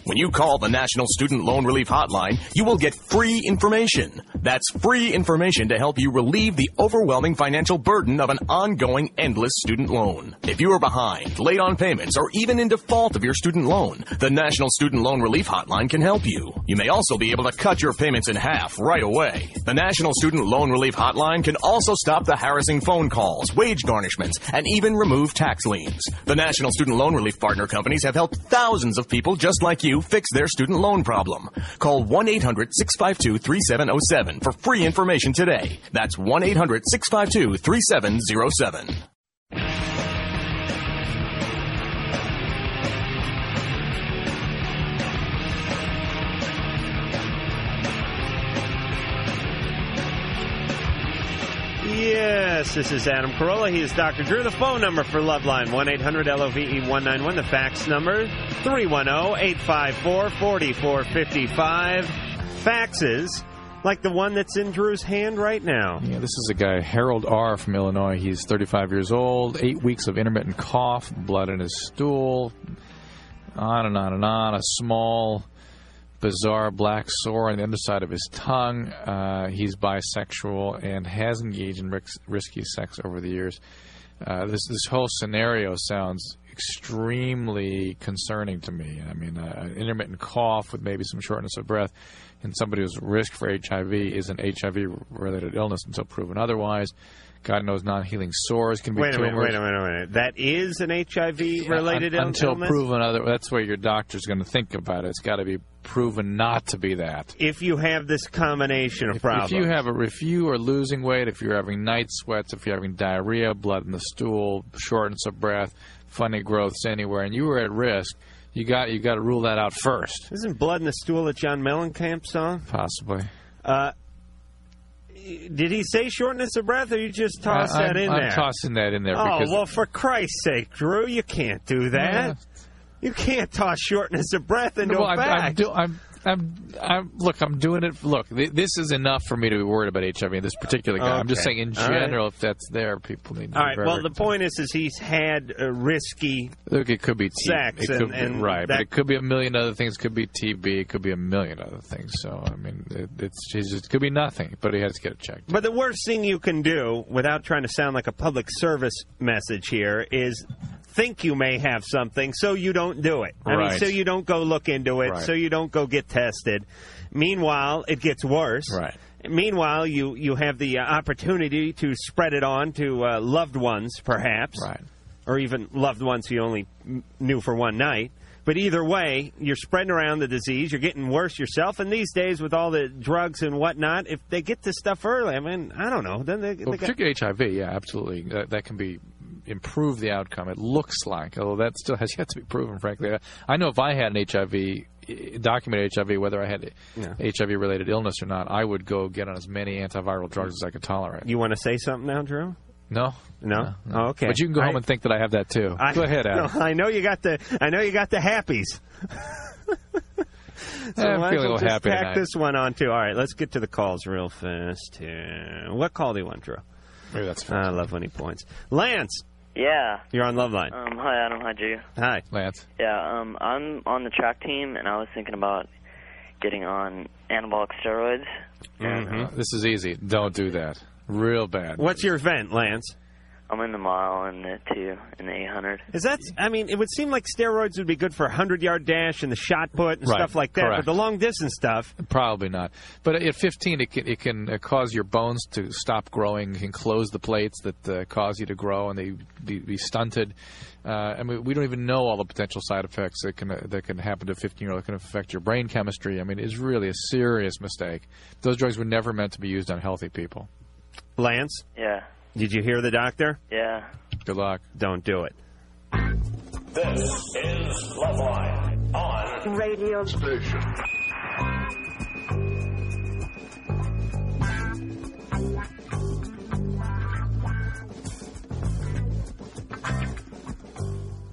When you call the National Student Loan Relief Hotline, you will get free information. That's free information to help you relieve the overwhelming financial burden of an ongoing endless student loan. If you are behind, late on payments, or even in default of your student loan, the National Student Loan Relief Hotline can help you. You may also be able to cut your payments in half right away. The National Student Loan Relief Hotline can also stop the harassing phone calls, wage garnishments, and even remove tax liens. The National Student Loan Relief Partner Companies have helped thousands of people just like you fix their student loan problem. Call 1-800-652-3707 for free information today. That's 1-800-652-3707.
Yes, this is Adam Carolla. He is Dr. Drew. The phone number for Loveline, E 1-800-LOVE-191. The fax number, 310-854-4455. Faxes, like the one that's in Drew's hand right now.
Yeah, this is a guy, Harold R. from Illinois. He's 35 years old, eight weeks of intermittent cough, blood in his stool, on and on and on. A small, bizarre black sore on the underside of his tongue. Uh, he's bisexual and has engaged in risk, risky sex over the years. Uh, this this whole scenario sounds extremely concerning to me. I mean, uh, an intermittent cough with maybe some shortness of breath, and somebody who's at risk for HIV is an HIV-related illness until proven otherwise. God knows non-healing sores can be
Wait a minute,
tumors.
wait a minute, wait a minute. That is an HIV-related
Un-
illness?
until proven other. That's where your doctor's going to think about it. It's got to be proven not to be that.
If you have this combination of problems.
If you have a, if you are losing weight, if you're having night sweats, if you're having diarrhea, blood in the stool, shortness of breath, funny growths anywhere, and you are at risk, you got you got to rule that out first,
Isn't Blood in the Stool a John Mellencamp song?
possibly.
Uh, did he say shortness of breath, or you just toss
I-
that
I'm-
in
I'm
there?
tossing that in there
Oh
because-
well, for Christ's sake, Drew, you can't do that. You can't toss shortness of breath into
well,
a
I'm,
fact.
I'm, do, I'm I'm, I'm, look, I'm doing it. Look, th- this is enough for me to be worried about HIV. in This particular guy. I'm just
Okay.
saying, in
All right.
general, if that's there, people need. to
All
be
right.
very-
Well, the point is, is he's had uh, risky.
Look, it could be T-
Sex
it could
and-
be-
and
right, but
that-
it could be a million other things. It could be TB. It could be a million other things. So I mean, it, it's he's just, it could be nothing. But he has to get it checked.
But the worst thing you can do, without trying to sound like a public service message here, is think you may have something, so you don't do it. I mean,
Right.
so you don't go look into it,
Right.
so you don't go get tested. Meanwhile, it gets worse. Right. Meanwhile, you you have the uh, opportunity to spread it on to uh, loved ones, perhaps, right. or even loved ones you only m- knew for one night. But either way, you're spreading around the disease. You're getting worse yourself. And these days, with all the drugs and whatnot, if they get this stuff early, I mean, I don't know. Then they, they
Well,
got-
particularly HIV, yeah, absolutely. That, that can be improve the outcome. It looks like, although that still has (laughs) yet to be proven. Frankly, I know if I had an HIV eh, documented HIV, whether I had
Yeah.
HIV related illness or not, I would go get on as many antiviral drugs as I could tolerate.
You want to say something now, Drew?
No,
no, Oh, okay.
But you can go
I-
home and think that I have that too.
I,
go ahead, Adam.
(laughs) No, I know you got the. I know you got the happies. So
I'm
might as well
feeling Eh, a little
just
happy
tack
tonight.
this one on too. All right, let's get to the calls real fast. Here. What call do you want, Drew?
Maybe that's.
I love when he points. Lance,
Yeah.
you're on love line.
Um, hi, Adam. Hi, Drew.
Hi,
Lance.
Yeah, um, I'm on the track team, and I was thinking about getting on anabolic steroids.
Mhm. This is easy. Don't do that. Real bad.
What's your event, Lance?
I'm in the mile and the two and the 800.
Is that? I mean, it would seem like steroids would be good for a hundred yard dash and the shot put and
Right,
stuff like that.
correct.
But the long distance stuff,
Probably not. But at 15, it can, it can uh, cause your bones to stop growing, can close the plates that uh, cause you to grow, and they be, be stunted. Uh, I mean, we don't even know all the potential side effects that can uh, that can happen to a 15 year old. It can affect your brain chemistry. I mean, it's really a serious mistake. Those drugs were never meant to be used on healthy people.
Lance.
Yeah.
Did you hear the doctor?
Yeah.
Good luck.
Don't do it.
This is Loveline on Radio Station.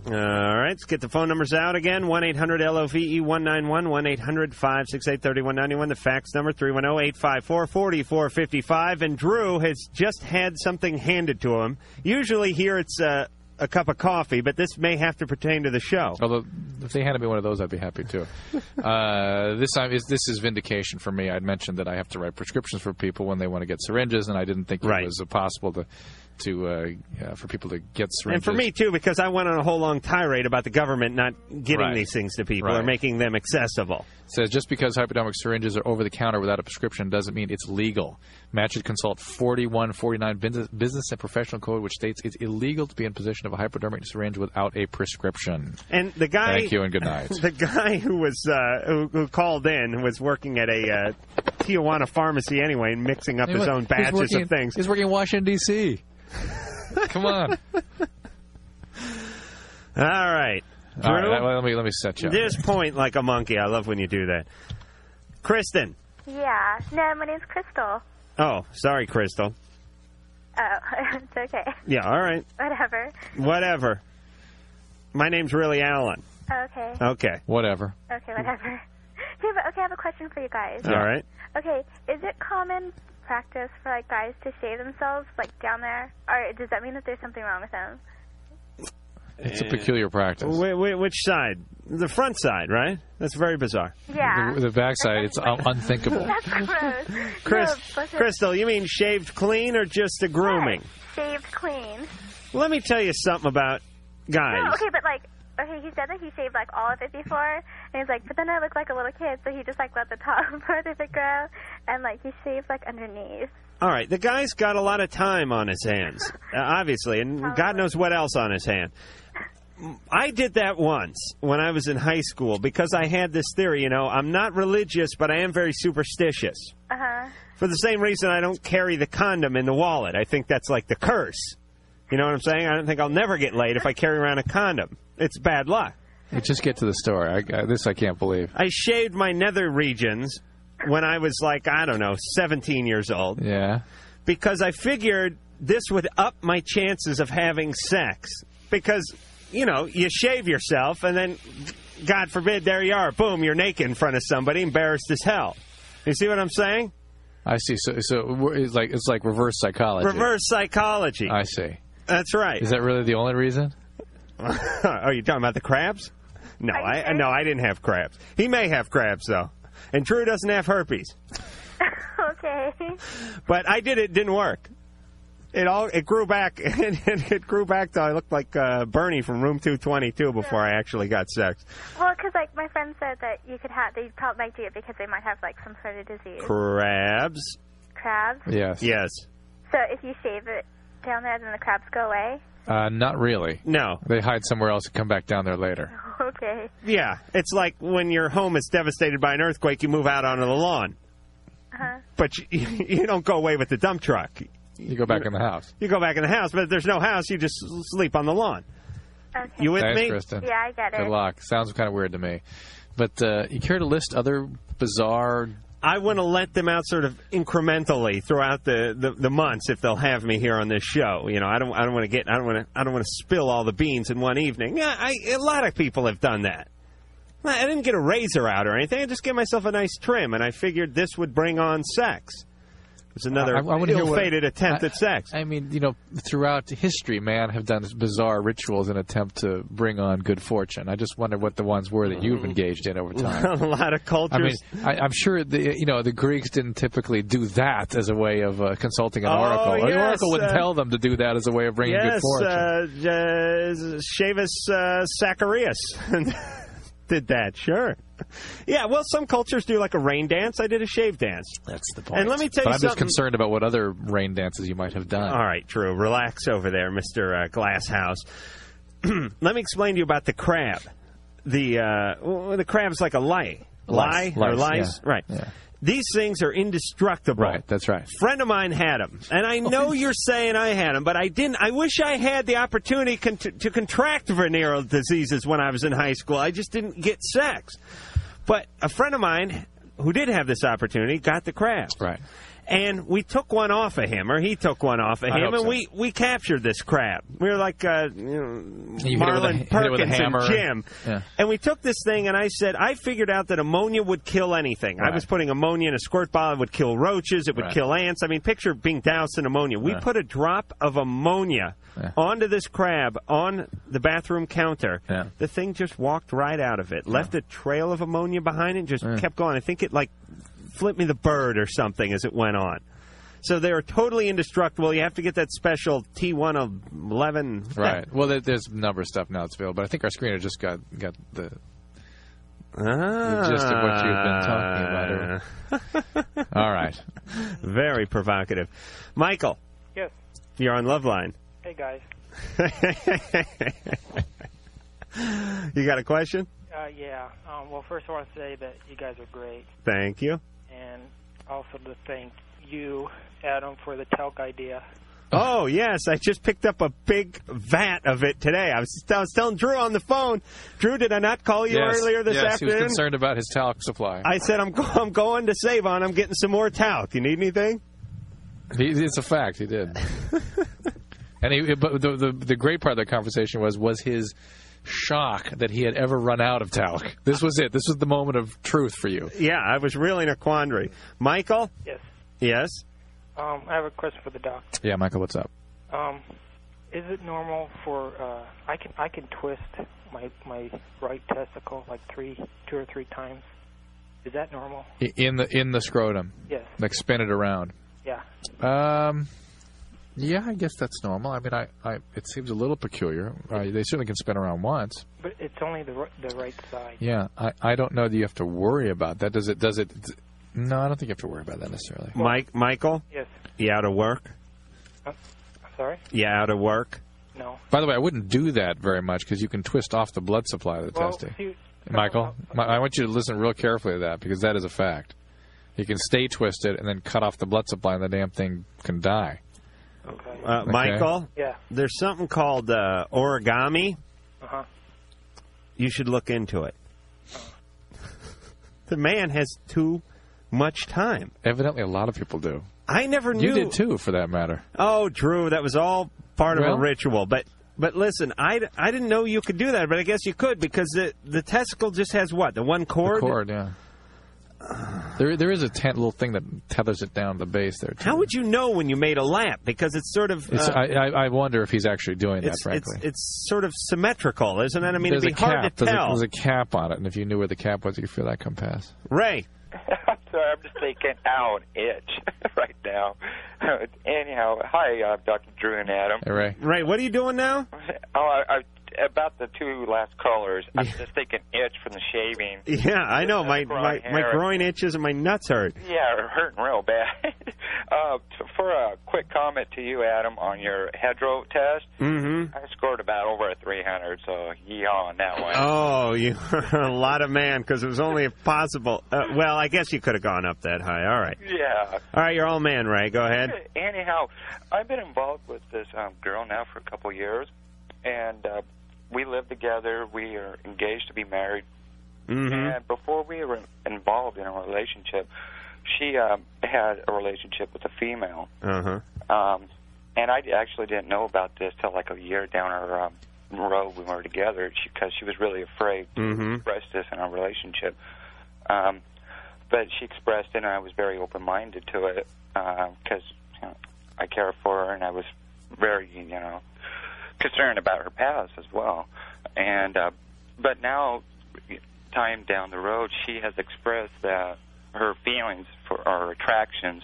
All right, let's get the phone numbers out again. 1 800 LOVE 191 1 800 568 3191. The fax number 310 854 4455. And Drew has just had something handed to him. Usually here it's uh, a cup of coffee, but this may have to pertain to the show.
Although, if they handed me one of those, I'd be happy too. (laughs) uh, this time is this is vindication for me. I'd mentioned that I have to write prescriptions for people when they want to get syringes, and I didn't think it was uh, possible to to uh, uh, for people to get
And
syringes.
for me, too, because I went on a whole long tirade about the government not getting
Right.
these things to people or
Right.
making them accessible.
It says just because hypodermic syringes are over the counter without a prescription doesn't mean it's legal. Matt should consult 4149 business, business and professional code, which states it's illegal to be in possession of a hypodermic syringe without a prescription.
And the guy.
Thank you and good night.
(laughs) The guy who was uh, who, who called in was working at a uh, Tijuana pharmacy anyway, and mixing up
Hey,
his
look,
own
he's
batches
working-
of things.
He's working in
(laughs)
Washington D.C. Come on.
All right, Drew.
All right, let me let me set you up.
Just point like a monkey. I love when you do that, Kristen.
Yeah. No, my name's Crystal.
Oh, sorry, Crystal.
Oh, (laughs) it's okay.
Yeah, all right,
Whatever.
whatever. My name's really Alan.
Okay.
Okay,
whatever.
Okay, whatever. (laughs) Yeah, but okay, I have a question for you guys.
All right.
Okay, is it common practice for like guys to shave themselves like down there, or does that mean that there's something wrong with them? (laughs)
It's a peculiar practice.
Wait, wait, which side? The front side, right? That's very bizarre.
Yeah.
The, the backside, it's un-
(laughs)
unthinkable.
(laughs)
That's gross.
Chris,
no, but-
Crystal, you mean shaved clean or just the grooming?
Shaved clean.
Let me tell you something about guys.
No, okay, but like, okay, he said that he shaved like all of it before, and he's like, but then I look like a little kid, so he just like let the top (laughs) part of it grow, and like he shaved like underneath.
All right, the guy's got a lot of time on his hands, uh, obviously, and God knows what else on his hand. I did that once when I was in high school because I had this theory, you know, I'm not religious, but I am very superstitious.
Uh huh.
For the same reason I don't carry the condom in the wallet. I think that's like the curse. You know what I'm saying? I don't think I'll never get laid if I carry around a condom. It's bad luck.
Hey, just get to the store. I, I, this I can't believe.
I shaved my nether regions when I was like, I don't know, 17 years old.
Yeah.
Because I figured this would up my chances of having sex. Because, you know, you shave yourself and then God forbid, there you are. Boom, you're naked in front of somebody, embarrassed as hell. You see what I'm saying?
I see. So, so we're- it's like it's like reverse psychology.
Reverse psychology.
I see.
That's right.
Is that really the
(laughs)
only reason?
Are you talking about the crabs? No, I no, I didn't have crabs. He may have crabs though, and Drew doesn't have herpes.
(laughs) okay.
But I did it. it Didn't work. It all it grew back. (laughs) and it grew back till I looked like uh, Bernie from Room 222 before I actually got sex.
Well, because like my friend said that you could have, they probably might do it because they might have like some sort of disease,
Crabs.
crabs.
Yes.
Yes.
So if you shave it down there, then the crabs go away. (laughs)
Uh, not really.
No.
They hide somewhere else and come back down there later.
okay.
Yeah, it's like when your home is devastated by an earthquake, you move out onto the lawn,
Uh-huh.
but you, (laughs) you don't go away with the dump truck.
You go back in the house.
You go back in the house, but if there's no house, you just sleep on the lawn.
Okay.
You with
Thanks,
me?
Kristen.
Yeah, I get it.
Good luck. Sounds kind of weird to me. But uh, you care to list other bizarre?
I want to let them out sort of incrementally throughout the, the, the months if they'll have me here on this show. You know, I don't I don't want to get I don't want to I don't want to spill all the beans in one evening. Yeah, I, a lot of people have done that. I I didn't get a razor out or anything. I just gave myself a nice trim, and I figured this would bring on sex. It's another
I, I wanna hear what-
ill-fated attempt
I-
at sex.
I mean, you know, throughout history, man have done bizarre rituals in attempt to bring on good fortune. I just wonder what the ones were that you've engaged in
(laughs)
over
a
time.
lot of
I mean,
cultures.
I, I'm sure the you know the Greeks didn't typically do that as a way of uh, consulting an
Oh,
oracle.
yes,
the oracle wouldn't
uh,
tell them to do that as a way of bringing
yes,
good fortune.
uh, uh, Shavis uh, Zacharias (laughs) did that. Sure. Yeah. Well, some cultures do like a rain dance. I did a shave dance.
That's the
And let me tell
but
you
I'm just
something.
concerned about what other rain dances you might have done.
All right, Drew, relax over there, Mister uh, Glasshouse. (clears throat) let me explain to you about the crab. The uh, well, the crab's like a lie, lie
Lice,
or
lice,
lice,
yeah,
right?
yeah.
These things are indestructible.
Right, that's right.
Friend of mine had them, and I know you're saying I had them, but I didn't. I wish I had the opportunity con- to contract venereal diseases when I was in high school. I just didn't get sex. But a friend of mine who did have this opportunity got the crab.
Right.
And we took one off of him, or he took one off of
I
him,
hope
and
so.
we, we captured this crab. We were like uh, you know,
You hit it with
Marlon
a- hit it with a
Perkins
hammer.
and Jim.
Yeah.
And we took this thing, and I said, I figured out that ammonia would kill anything. I
Right.
was putting ammonia in a squirt bottle, it would kill roaches, it would
Right.
kill ants. I mean, picture being doused in ammonia. We
Yeah.
put a drop of ammonia onto this crab on the bathroom counter.
Yeah.
The thing just walked right out of it, left a trail of ammonia behind it, and just kept going. I think it like flipped me the bird or something as it went on. So they are totally indestructible. You have to get that special T111.
Right. Well, there, there's a number of stuff now that's available, but I think our screener just got got the
Ah.
gist of what you've been talking about. or- All right.
Very provocative. Michael,
Yes.
you're on Loveline.
Hey guys.
(laughs) you got a question?
Uh, yeah. Um, well, first I want to say that you guys are great,
Thank you.
and also to thank you, Adam, for the talc idea.
Oh yes, I just picked up a big vat of it today. I was, I was telling Drew on the phone. Drew, did I not call Oh, you
Yes,
earlier this
yes,
afternoon?
he was concerned about his talc supply.
I said I'm go- I'm going to save on. I'm getting some more talc. You need anything?
He, it's a fact. He did. and he, but the, the the great part of the conversation was was his shock that he had ever run out of talc. This was it. This was the moment of truth for you.
Yeah, I was really in a quandary. Michael?
Yes.
Yes.
Um, I have a question for the doc.
Yeah, Michael, what's up?
Um, is it normal for uh, I can I can twist my my right testicle like three, two or three times? Is that normal?
I- In the in the scrotum.
Yes.
Like spin it around.
Yeah.
Um, yeah, I guess that's normal. I mean, I, I it seems a little peculiar. Uh, they certainly can spin around once.
But it's only the ri- the right side.
Yeah, I, I don't know that you have to worry about that. Does it? Does it? No, I don't think you have to worry about that necessarily.
Mike, Michael?
Yes.
You out of work?
I'm sorry.
You out of work?
No.
By the way, I wouldn't do that very much because you can twist off the blood supply of the
Well,
testing.
see-
Michael, Mi- I want you to listen real carefully to that because that is a fact. You can stay twisted and then cut off the blood supply, and the damn thing can die.
Uh,
Okay.
Michael?
Yeah.
There's something called uh, origami.
Uh huh.
You should look into it. the man has too much time.
Evidently, a lot of people do.
I never knew.
You did too, for that matter.
Oh, Drew, that was all part of
Well-
a ritual. But But listen, I, I didn't know you could do that, but I guess you could because the the testicle just has what the one cord.
cord, yeah. There, there is a tent, little thing that tethers it down to the base there. Too.
How would you know when you made a lap? Because it's sort of
It's,
uh,
I, I, I wonder if he's actually doing that.
it's,
Frankly,
it's it's sort of symmetrical, isn't it? I mean,
there's
it'd
a
be hard
cap.
to
There's a,
tell.
there's a cap on it, and if you knew where the cap was, you could feel that come past.
(laughs)
Ray,
Sorry, I'm just thinking, ow, an itch (laughs) right now. Anyhow, hi, uh, Dr. Drew and Adam. (laughs)
Hey, Ray.
Ray, what are you doing now?
Oh, I, I, about the two last callers, I'm just thinking itch from the shaving.
Yeah, I know. My
Groin
my, my
hair.
groin itches and my nuts hurt.
Yeah, it hurting real bad. (laughs) uh, t- for a quick comment to you, Adam, on your hedro test,
Mm-hmm.
I scored about over a 300, so yeehaw on that one.
Oh, you (laughs) are a lot of man because it was only possible. Uh, well, I guess you could have gone up that high. All right.
Yeah.
All right, you're all man, Ray. Go ahead.
Anyhow, I've been involved with this um, girl now for a couple of years, and uh, we live together. We are engaged to be married.
Mm-hmm.
And before we were involved in a relationship, she um, had a relationship with a female,
Uh
Uh-huh.
huh.
um, and I actually didn't know about this till like a year down our um, road when we were together because she was really afraid
Mm-hmm.
expressed this in our relationship. Um, but she expressed it, and I was very open minded to it because you know, I care for her, and I was very, you know, concerned about her past as well. And uh, but now, time down the road, she has expressed that her feelings for our attractions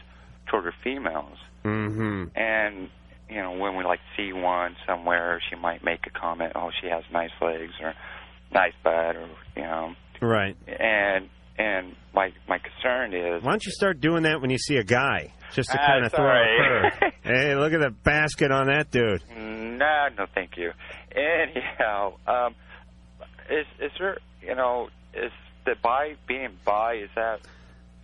toward her females,
Mm-hmm.
and you know, when we like see one somewhere, she might make a comment, "Oh, she has nice legs," or "Nice butt," or you know,
Right.
and and my my concern is
Why don't you start doing that when you see a guy, just to
Ah,
kind of throw
sorry.
a
(laughs)
curve? hey, look at the basket on that dude.
no, no, thank you. Anyhow, um, is is there you know is the bi being bi is that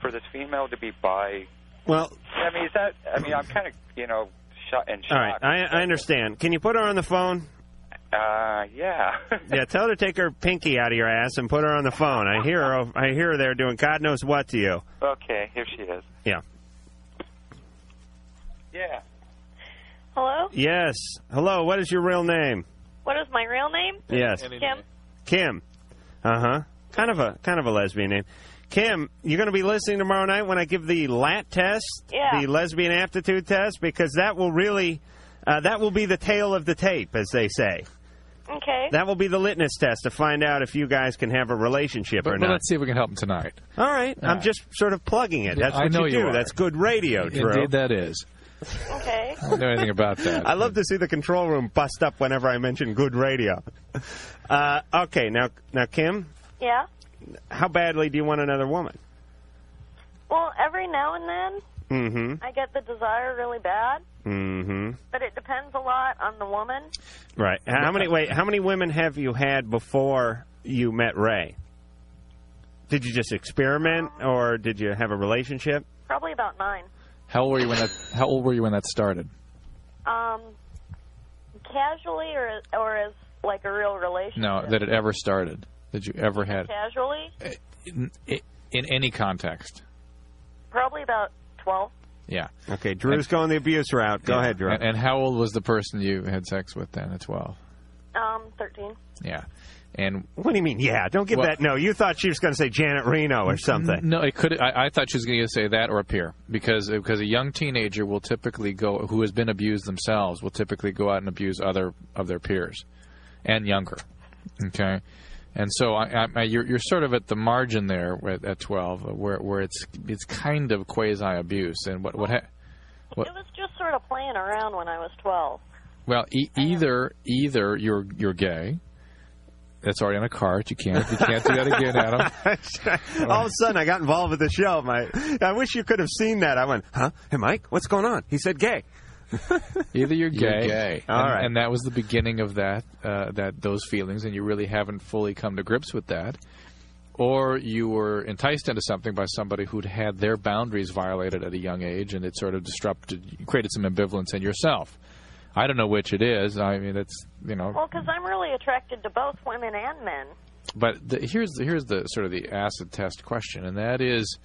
for this female to be bi?
Well,
I mean, is that I mean I'm kind of you know shot and
all right,
shocked.
I, I understand. Can you put her on the phone?
Uh, yeah. (laughs)
Yeah, tell her to take her pinky out of your ass and put her on the phone. I hear her. I hear her there doing God knows what to you.
okay, here she is.
Yeah.
Yeah.
Hello?
Yes. Hello. What is your real name?
What is my real name?
Yes.
Kim.
Kim. Uh huh. Kind of a kind of a lesbian name. Kim, you're going to be listening tomorrow night when I give the LAT test,
Yeah.
the lesbian aptitude test, because that will really, uh, that will be the tail of the tape, as they say.
Okay.
That will be the litmus test to find out if you guys can have a relationship or
But, but
not.
let's see if we can help him tonight.
All right, I'm
right.
just sort of plugging it.
Yeah,
That's
Uh, I
what you
know you
do.
are.
That's good radio, Drew.
Indeed, that is.
Okay.
I don't know anything about
(laughs)
that.
I love to see the control room bust up whenever I mention good radio. (laughs) Uh, okay, now now Kim,
Yeah.
how badly do you want another woman?
Well, every now and then
Hmm?
Mm-hmm.
I get the desire really bad,
Mm-hmm.
but it depends a lot on the woman.
Right. How many? Wait. How many women have you had before you met Ray? Did you just experiment, or did you have a relationship?
Probably about nine.
How old were you when that? How old were you when that started?
Um, casually or or as like a real relationship.
No, that it ever started. That you ever had
Casually,
in, in any context?
probably about twelve.
Yeah.
Okay, Drew's going the abuse route. Go ahead, Drew.
And, and how old was the person you had sex with then at twelve?
Um, thirteen.
Yeah. And
what do you mean? Yeah, don't give
Well-
that. No, you thought she was going to say Janet Reno or something.
No, it could. I, I thought she was going to say that or a peer because because a young teenager will typically go who has been abused themselves will typically go out and abuse other of their peers and younger. Okay, and so I, I, I, you're you're sort of at the margin there at, at twelve uh, where where it's it's kind of quasi abuse and what what. Ha- what,
It was just sort of playing around when I was twelve.
well, e- either either you're you're gay. That's already on a card. You can't you can't do that again, Adam.
(laughs) All of a sudden, I got involved with the show. My, I wish you could have seen that. I went, huh? Hey, Mike, what's going on? He said gay.
Either you're gay,
You're gay.
And,
All right.
and that was the beginning of that uh, that those feelings, and you really haven't fully come to grips with that, or you were enticed into something by somebody who'd had their boundaries violated at a young age, and it sort of disrupted, created some ambivalence in yourself. I don't know which it is. I mean, that's you know.
Well, because I'm really attracted to both women and men.
But the, here's the, here's the sort of the acid test question, and that is,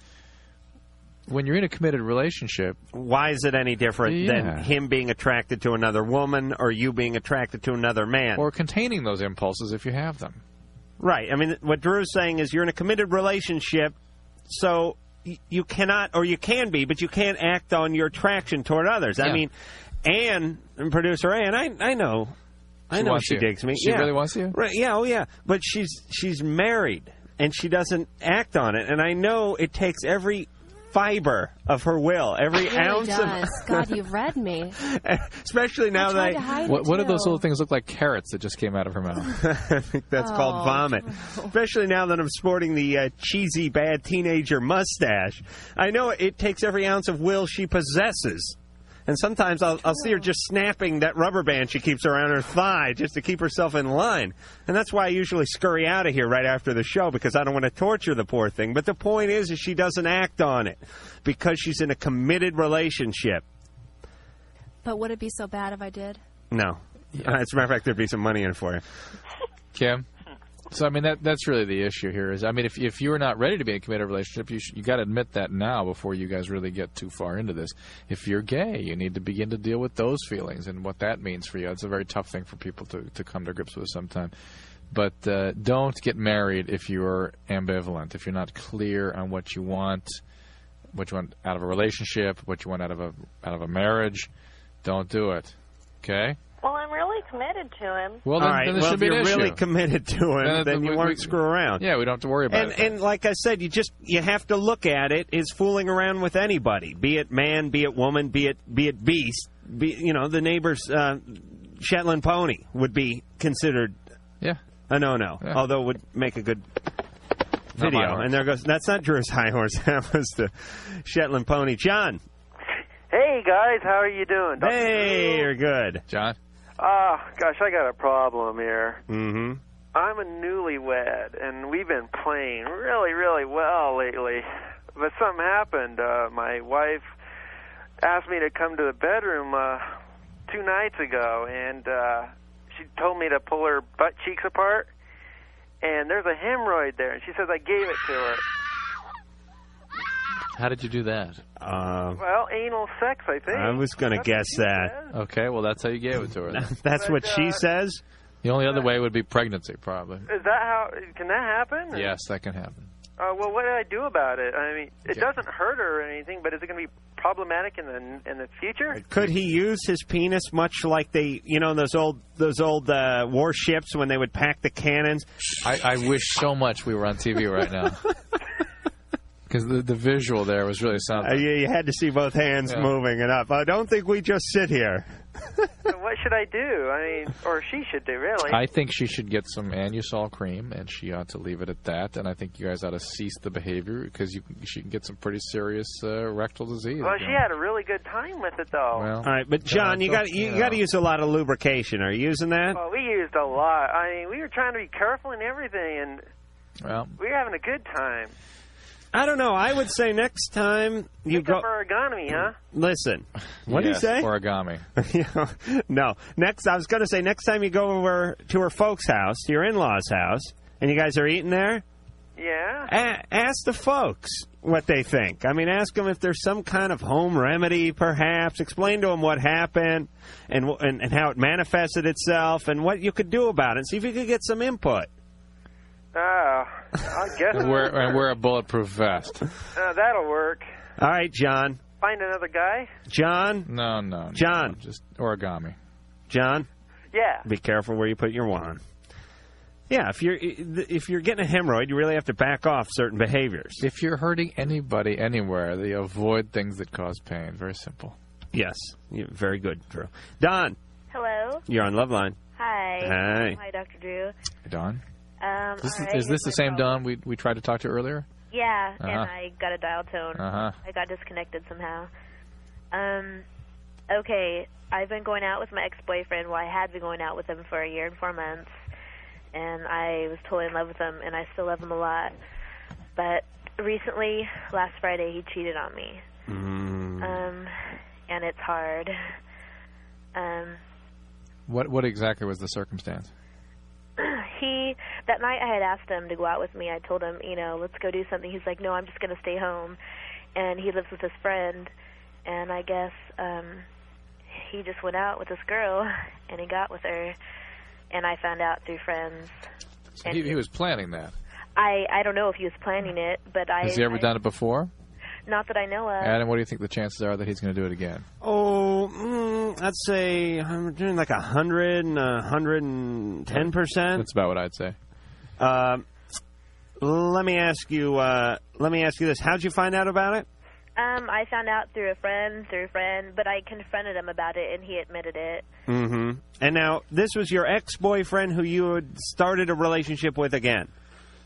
when you're in a committed relationship,
why is it any different
Yeah.
than him being attracted to another woman or you being attracted to another man?
or containing those impulses if you have them.
Right. I mean, what Drew's saying is you're in a committed relationship, so y- you cannot, or you can be, but you can't act on your attraction toward others. I
Yeah.
mean, Ann, and producer Ann, I, I know. I
She
know
wants
she
you.
digs me.
She
yeah.
really wants you?
Right, yeah, oh yeah. But she's she's married and she doesn't act on it. And I know it takes every fiber of her will, every
It really
ounce
does.
(laughs) of
God, you've read
(laughs)
me.
especially now
I
that
tried to hide
What,
it,
what did those
too.
little things look like? Carrots that just came out of her mouth.
(laughs) I think that's called
Oh.
vomit. Especially now that I'm sporting the uh, cheesy bad teenager mustache. I know it takes every ounce of will she possesses. And sometimes I'll, I'll see her just snapping that rubber band she keeps around her thigh just to keep herself in line. And that's why I usually scurry out of here right after the show because I don't want to torture the poor thing. But the point is, is she doesn't act on it because she's in a committed relationship.
But would it be so bad if I did?
No. As a matter of fact, there'd be some money in it for you.
Kim. So I mean that that's really the issue here is I mean if if you are not ready to be in a committed relationship you sh you got to admit that now before you guys really get too far into this. If you're gay, you need to begin to deal with those feelings and what that means for you. It's a very tough thing for people to to come to grips with sometime. But uh, don't get married if you are ambivalent, if you're not clear on what you want, what you want out of a relationship, what you want out of a out of a marriage. Don't do it. Okay?
Well, I'm really committed to him.
All
Well, then,
right,
then this
well,
should be
if
an
you're
issue.
really committed to him,
Then-
then,
then
you
we-
won't
we-
screw around.
Yeah, we don't have to worry about
And
it.
and like I said, you just you have to look at it as fooling around with anybody, be it man, be it woman, be it be it beast, be you know the neighbor's uh, Shetland pony would be considered
yeah
a no no, although it would make a good
my
video.
horse.
And there goes that's not Drew's (laughs) high horse, that was the Shetland pony, John.
Hey guys, how are you doing? Dr.
Hey, you're good,
John.
Ah, gosh, I got a problem here.
Mm-hmm.
I'm a newlywed, and we've been playing really, really well lately. But something happened. Uh, my wife asked me to come to the bedroom uh, two nights ago, and uh, she told me to pull her butt cheeks apart. And there's a hemorrhoid there, and she says I gave it to her.
How did you do that? Oh.
Uh,
Well, anal sex, I think.
I was going to guess that.
Okay, well, that's how you gave it to her. then.
(laughs) That's what
uh,
she says.
The only other way would be pregnancy, probably.
Is that how? Can that happen?
Yes, that can happen.
Uh, well, what do I do about it? I mean, it
Okay.
doesn't hurt her or anything, but is it going to be problematic in the in the future?
Could he use his penis much like they, you know, those old those old uh, warships when they would pack the cannons?
I, I wish so much we were on TV
(laughs)
right now. Because the, the visual there was really
Uh,
something.
you, you had to see both hands
Yeah.
moving and up. Uh, I don't think we just sit here.
(laughs) So what should I do? I mean, or she should do really?
I think she should get some Anusol cream, and she ought to leave it at that. And I think you guys ought to cease the behavior because you, she can get some pretty serious uh, rectal disease.
well,
you
she
know.
had a really good time with it though.
Well,
All right, but John, you
don't-
got you
yeah.
got to use a lot of lubrication. Are you using that?
Well, we used a lot. I mean, we were trying to be careful and everything, and
Well,
we were having a good time.
I don't know. I would say next time you go.
Except for origami, huh?
Listen, what do you
Yes,
say? (laughs)
Origami.
no. Next, I was going to say next time you go over to her folks' house, to your in-laws' house, and you guys are eating there.
Yeah.
A- ask the folks what they think. I mean, ask them if there's some kind of home remedy, perhaps. Explain to them what happened and wh- and, and how it manifested itself and what you could do about it. See if you could get some input.
Oh, I guess
And wear, and wear a bulletproof vest.
(laughs) uh, that'll work.
All right, John.
Find another guy.
John.
No, no. no.
John.
Just origami.
John.
Yeah.
Be careful where you put your wand. Yeah, if you're if you're getting a hemorrhoid, you really have to back off certain behaviors.
If you're hurting anybody anywhere, they avoid things that cause pain. Very simple.
Yes. You're very good, Drew. Don,
Hello.
you're on Love Line.
Hi.
Hi.
Hi, Dr. Drew.
Don?
Um,
This is,
alright,
is this
here's
the
my
same
problem.
Don we, we tried to talk to earlier?
Yeah, and
Uh-huh.
I got a dial tone.
Uh-huh.
I got disconnected somehow. Um, okay, I've been going out with my ex-boyfriend. Well, I had been going out with him for a year and four months, and I was totally in love with him, and I still love him a lot. But recently, last Friday, he cheated on me.
Mm.
Hmm.
Um, and it's hard. Um,
What what exactly was the circumstance?
(laughs) he that night I had asked him to go out with me. I told him, you know, let's go do something. He's like, "No, I'm just going to stay home." and he lives with his friend and I guess um he just went out with this girl (laughs) and he got with her and I found out through friends.
So he, he was planning that.
I I don't know if he was planning it, but I
Has he ever
I- Uh,
done it before?
not that I know of.
Adam, what do you think the chances are that he's going to do it again?
Oh, mm, I'd say I'm doing like a hundred and a hundred and ten percent. That's
about what I'd say.
Uh, let me ask you. Uh, let me ask you this: How'd you find out about it?
Um, I found out through a friend, through a friend, but I confronted him about it and he admitted it.
hmm
Mm-hmm.
And now this was your ex-boyfriend who you had started a relationship with again.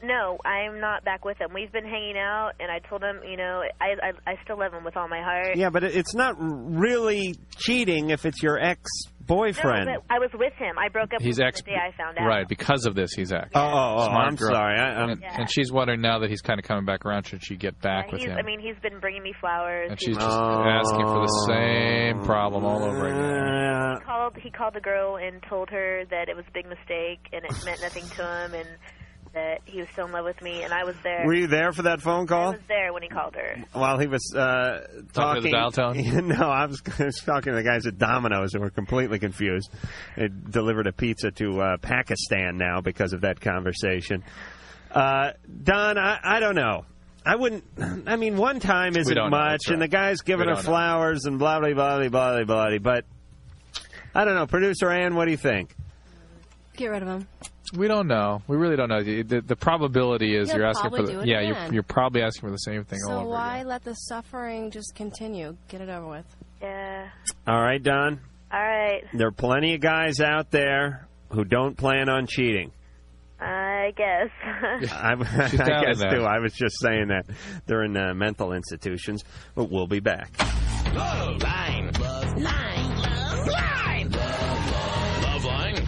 No, I'm not back with him. We've been hanging out, and I told him, you know, I I, I still love him with all my heart.
Yeah, but uh, it- it's not really cheating if it's your ex-boyfriend.
No, but I was with him. I broke up
He's
with him
ex-
the day I found out.
Right, because of this, he's ex.
Oh, oh, oh,
Smart
I'm
girl.
sorry. I, I'm,
And, and she's wondering now that he's kind of coming back around, should she get back with
He's,
him?
I mean, he's been bringing me flowers.
and
He
she's just asking for the same problem all over again.
called. He called the girl and told her that it was a big mistake and it meant nothing to him, and that he was still in love with me, and I was there.
Uh, Were you there for that phone
I
call?
was there when he called her.
While he was uh,
Talking to
talking,
the
(laughs)
dial tone?
no, I was, I was talking to the guys at Domino's who were completely confused. They delivered a pizza to uh, Pakistan now because of that conversation. Uh, Don, I, I don't know. I wouldn't. I mean, one time isn't
don't know,
much,
that's right.
and the guy's giving
We
her
don't know.
flowers and blah blah blah blah blah blah. blah, But I don't know, producer Ann, what do you think?
Get rid of him.
We don't know. We really don't know. The, the, the probability is
He'll
you're asking for
probably do
the
it
yeah.
again.
You're, you're probably asking for the same thing all
So
over.
why let the suffering just continue? Get it over with.
Yeah.
All right, Don.
All right.
There are plenty of guys out there who don't plan on cheating.
I
(laughs)
guess.
I,
(laughs)
I
(laughs) She's down
guess
in there.
too. I was just saying that they're in uh, mental institutions, but we'll be back.
Love Line. Love Line. Love Line. Love Line.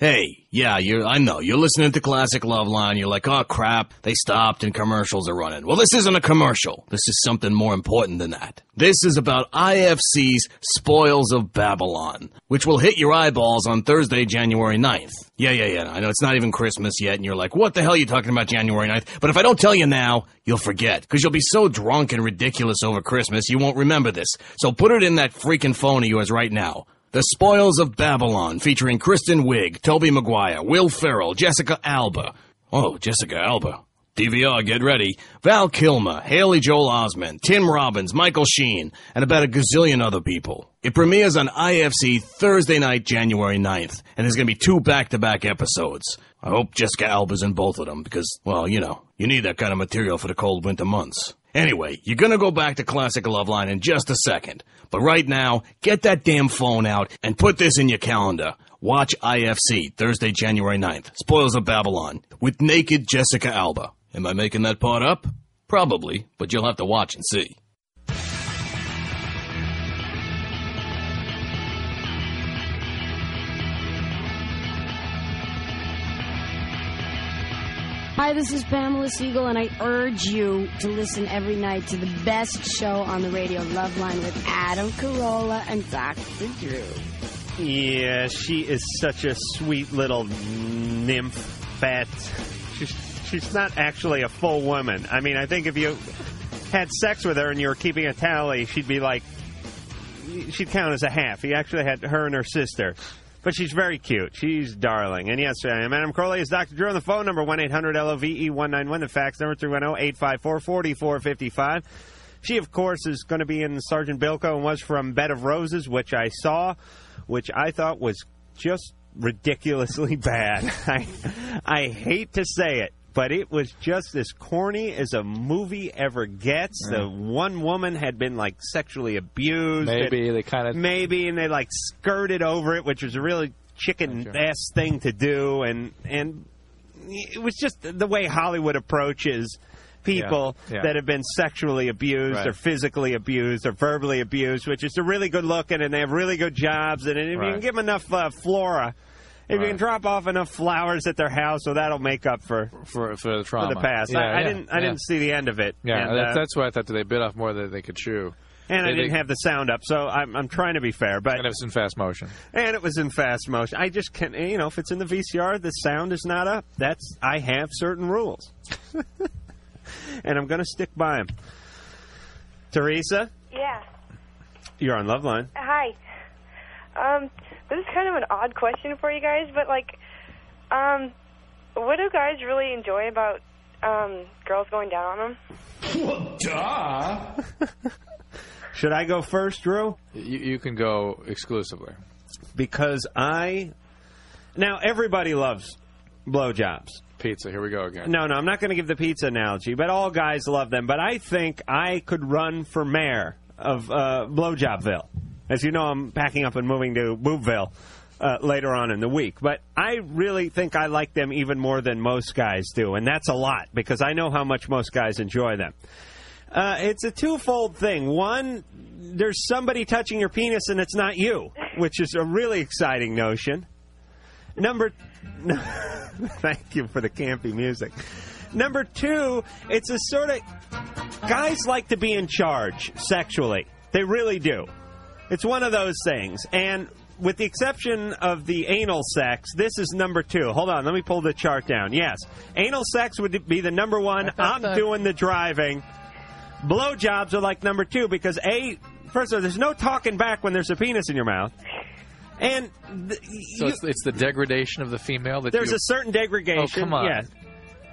Hey, yeah, you're, I know, you're listening to Classic Love Line. You're like, oh crap, they stopped and commercials are running. Well, this isn't a commercial. This is something more important than that. This is about IFC's Spoils of Babylon, which will hit your eyeballs on Thursday, January 9th. Yeah, yeah, yeah, I know it's not even Christmas yet and you're like, what the hell are you talking about January 9th? But if I don't tell you now, you'll forget, because you'll be so drunk and ridiculous over Christmas, you won't remember this. So put it in that freaking phone of yours right now. The Spoils of Babylon, featuring Kristen Wiig, Toby Maguire, Will Ferrell, Jessica Alba. Oh, Jessica Alba. DVR, get ready. Val Kilmer, Haley Joel Osment, Tim Robbins, Michael Sheen, and about a gazillion other people. It premieres on IFC Thursday night, January 9th, and there's going to be two back-to-back episodes. I hope Jessica Alba's in both of them because, well, you know, you need that kind of material for the cold winter months. Anyway, you're gonna go back to Classic Love Line in just a second. But right now, get that damn phone out and put this in your calendar. Watch IFC Thursday, January 9th, Spoils of Babylon, with naked Jessica Alba. Am I making that part up? Probably, but you'll have to watch and see.
Hi, this is Pamela Siegel, and I urge you to listen every night to the best show on the radio, Love Line, with Adam Carolla and Dr. Drew.
Yeah, she is such a sweet little nymph, fat. She's she's not actually a full woman. I mean, I think if you had sex with her and you were keeping a tally, she'd be like, she'd count as a half. He actually had her and her sister. But she's very cute. She's darling. And yes, I am Adam Crowley. is Dr. Drew on the phone number 1 800 LOVE 191. The fax number 310 854 4455. She, of course, is going to be in Sergeant Bilko and was from Bed of Roses, which I saw, which I thought was just ridiculously (laughs) bad. I, I hate to say it, but it was just as corny as a movie ever gets. The one woman had been like sexually abused.
Mm. Maybe
they kind of maybe, and they like skirted over it, which was a really chicken ass thing to do, and and it was just the way Hollywood approaches people
Yeah, yeah.
that have been sexually abused
Right.
or physically abused or verbally abused, which is they're really good looking and they have really good jobs, and if you can
Right.
give them enough uh, flora. If you can drop off enough flowers at their house, so that'll make up for
for for the trauma.
past. I,
Yeah,
I
yeah,
didn't I
yeah.
didn't see the end of it.
Yeah,
And,
that's,
uh,
that's why I thought that they bit off more than they could chew.
and I
They
didn't
did-
have the sound up, so I'm, I'm trying to be fair. But
and it was in fast motion.
and it was in fast motion. I just can't, you know, if it's in the VCR, the sound is not up. That's I have certain rules, (laughs) and I'm going to stick by them. Teresa,
Yeah.
you're on Love Line.
Hi. Um, this is kind of an odd question for you guys, but like, um, what do guys really enjoy about um girls going down on them?
Ah.
Duh. Should I go first, Drew?
You, you can go exclusively.
Because I now everybody loves blowjobs.
Pizza. Here we go again.
No, no, I'm not going to give the pizza analogy, but all guys love them. But I think I could run for mayor of uh, Blowjobville. As you know, I'm packing up and moving to Boobville uh, later on in the week. But I really think I like them even more than most guys do, and that's a lot because I know how much most guys enjoy them. Uh, it's a twofold thing. One, there's somebody touching your penis and it's not you, which is a really exciting notion. Number, (laughs) thank you for the campy music. Number two, it's a sort of guys like to be in charge sexually. They really do. It's one of those things. And with the exception of the anal sex, this is number two. Hold on, let me pull the chart down. Yes, anal sex would be the number one. I'm
that-
doing the driving. Blowjobs are like number two because a first of all, there's no talking back when there's a penis in your mouth. And th-
So
you-
it's, it's the degradation of the female that
there's
you,
a certain degradation.
Oh, come on.
Yes.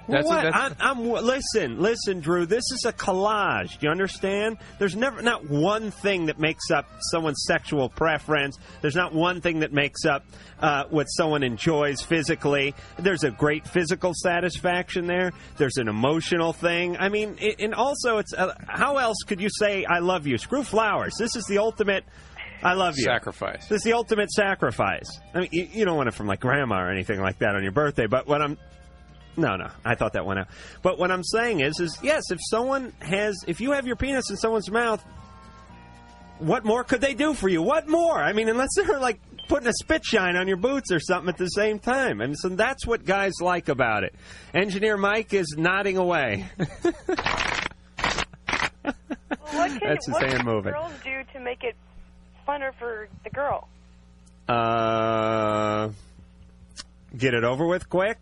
That's-
what?
that's-
I'm, I'm listen, listen, Drew. This is a collage. Do you understand? There's never not one thing that makes up someone's sexual preference. There's not one thing that makes up uh, what someone enjoys physically. There's a great physical satisfaction there. There's an emotional thing. I mean, it, and also it's uh, how else could you say I love you? Screw flowers. This is the ultimate. I love you.
Sacrifice.
This is the ultimate sacrifice. I mean, you, you don't want it from like grandma or anything like that on your birthday. But what I'm no, no. I thought that went out. But what I'm saying is, is yes, if someone has, if you have your penis in someone's mouth, what more could they do for you? What more? I mean, unless they're like putting a spit shine on your boots or something at the same time. And so that's what guys like about it. Engineer Mike is nodding away. (laughs)
What can
That's his
what
hand
can
moving.
girls do to make it funner for the girl?
Uh, get it over with
(laughs)
quick.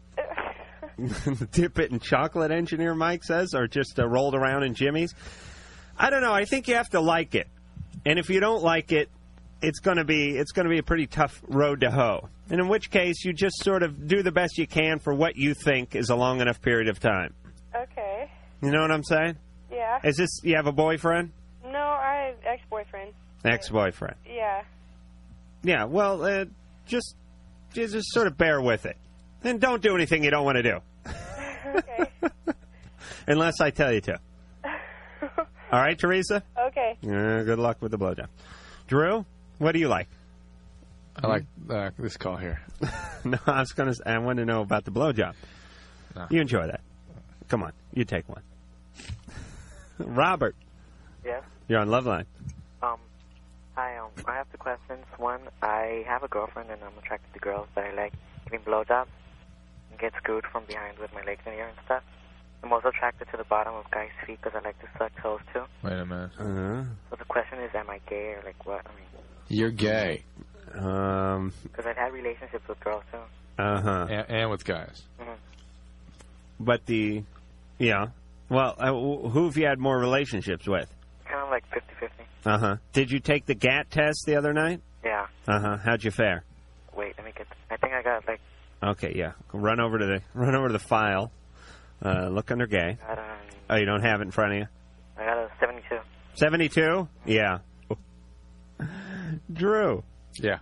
Dip it in chocolate, engineer Mike says, or just uh, rolled around in jimmies. I don't know. I think you have to like it, and if you don't like it, it's going to be it's going to be a pretty tough road to hoe. And in which case, you just sort of do the best you can for what you think is a long enough period of time.
Okay.
You know what I'm saying?
Yeah.
Is this you have a boyfriend,
No, I have ex-boyfriend.
ex-boyfriend?
Yeah. (laughs)
Yeah, well, uh, just, just just sort of bear with it, and don't do anything you don't want to do, (laughs)
okay. (laughs)
unless I tell you to. All right, Teresa.
Okay.
Uh, good luck with the blowjob, Drew. What do you like?
I like uh, this call here.
(laughs) no, I was gonna. s- I want to know about the blowjob.
No.
You enjoy that? Come on, you take one. (laughs) Robert,
Yes.
you're on love line.
Um, hi. Um, I have two questions. One, I have a girlfriend and I'm attracted to girls, but I like getting blowjobs and get screwed from behind with my legs in the air and stuff. I'm also attracted to the bottom of guys' feet because I like to suck toes too.
Wait a minute.
Uh-huh.
So the question is, am I gay or like what? I mean,
You're gay.
Um.
because I've had relationships with girls too.
Uh huh.
And, and with guys.
Mhm.
But the, yeah. Well, uh, wh- who have you had more relationships with?
Kind of like 50-50.
Uh huh. Did you take the GAT test the other night?
Yeah.
Uh huh. How'd you fare?
Wait, let me get. I think I got like
Okay, yeah. Run over to the (laughs) run over to the file. Uh, look under gay.
I don't.
Oh, you don't have it in front of you.
I got a 72.
Seventy-two. Yeah. (laughs) Drew.
Yeah.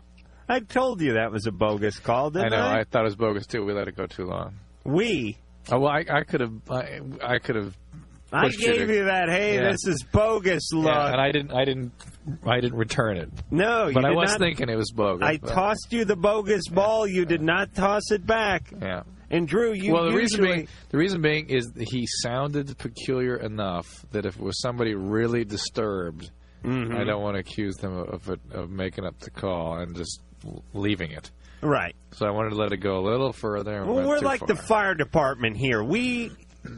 I told you that was a bogus call,
I
didn't
know.
I?
I thought it was bogus too. We let it go too long.
We.
Oh, well, I, I could have. I, I could have.
I
pushed
gave
to-
you that. Hey,
Yeah.
this is bogus look.
Yeah, and I didn't. I didn't. I didn't return it.
No, you
but I
did
was
not-
thinking it was bogus.
I
but-
tossed you the bogus ball. You did not toss it back.
Yeah.
And Drew, you
well, the reason
usually
being, the reason being is that he sounded peculiar enough that if it was somebody really disturbed,
Mhm.
I don't want to accuse them of, of, of making up the call and just l- leaving it.
right.
So I wanted to let it go a little further. and
Well,
went
we're
too
like
far.
the fire department here. We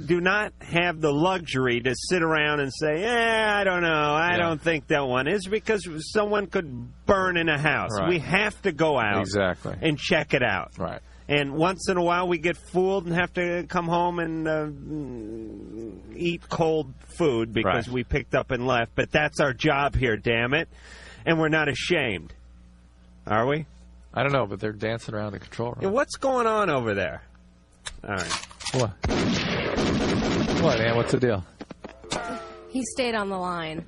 do not have the luxury to sit around and say, eh, I don't know, I don't think that one is, because someone could burn in a house.
Right.
We have to go out
Exactly.
and check it out.
Right.
And once in a while, we get fooled and have to come home and uh, eat cold food because we picked up and left. But that's our job here, damn it. And we're not ashamed, are we?
I don't know, but they're dancing around the control room.
Yeah, what's going on over there? All right.
What? What, Ann? What's the deal?
He stayed on the line.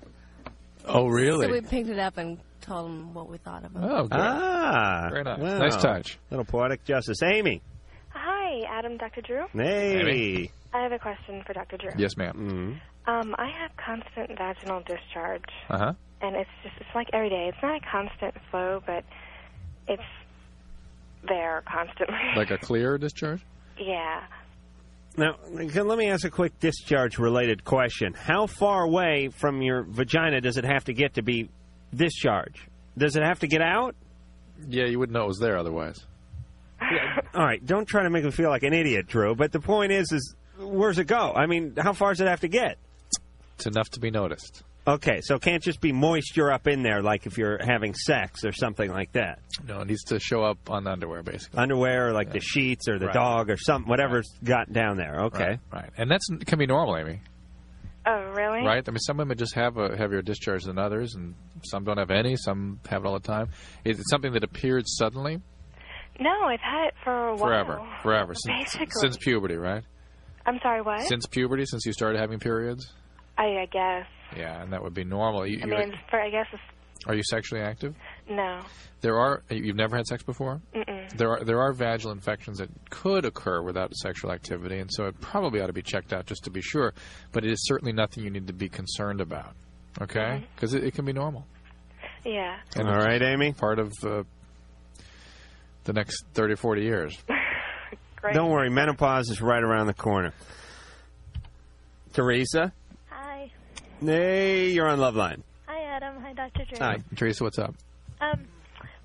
Oh, really?
So we picked it up and told him what we thought of him.
Oh, good.
Ah,
Very nice.
wow.
Nice touch.
Little poetic justice. Amy.
Hi, Adam, Dr. Drew.
Hey. Mm-hmm.
Amy.
I have a question for Dr. Drew.
Yes, ma'am.
Um, I have constant vaginal discharge,
Uh huh.
and it's just it's like every day. It's not a constant flow, but it's there constantly.
Like a clear discharge?
(laughs) yeah.
Now, let me ask a quick discharge related question. How far away from your vagina does it have to get to be discharge? Does it have to get out?
Yeah, you wouldn't know it was there otherwise.
All right, don't try to make me feel like an idiot, Drew, but the point is is where's it go? I mean, how far does it have to get?
It's enough to be noticed.
Okay, so it can't just be moisture up in there like if you're having sex or something like that.
No, it needs to show up on the underwear, basically.
Underwear or like the sheets or the
Right.
dog or something whatever's got down there. Okay.
Right, right. And that's can be normal, Amy.
Oh, really?
Right? I mean, some women just have a heavier discharge than others, and some don't have any. Some have it all the time. Is it something that appeared suddenly?
No, I've had it for a while.
Forever, forever since,
Basically.
since puberty, right?
I'm sorry, what?
Since puberty, since you started having periods.
I, I guess.
Yeah, and that would be normal. You,
I
you're-
mean, for I guess it's
are you sexually active?
no.
There are. You've never had sex before.
Mm-mm.
There are there are vaginal infections that could occur without sexual activity, and so it probably ought to be checked out just to be sure. But it is certainly nothing you need to be concerned about. Okay,
Mm-hmm.
because it, it can be normal.
Yeah. (laughs)
All right, Amy.
Part of uh, the next 30 or 40 years.
Great.
Don't worry, menopause is right around the corner. Teresa?
Hi.
Hey, you're on Love Line.
Hi, Adam. Hi, Dr. Drew.
Teresa. What's up?
Um,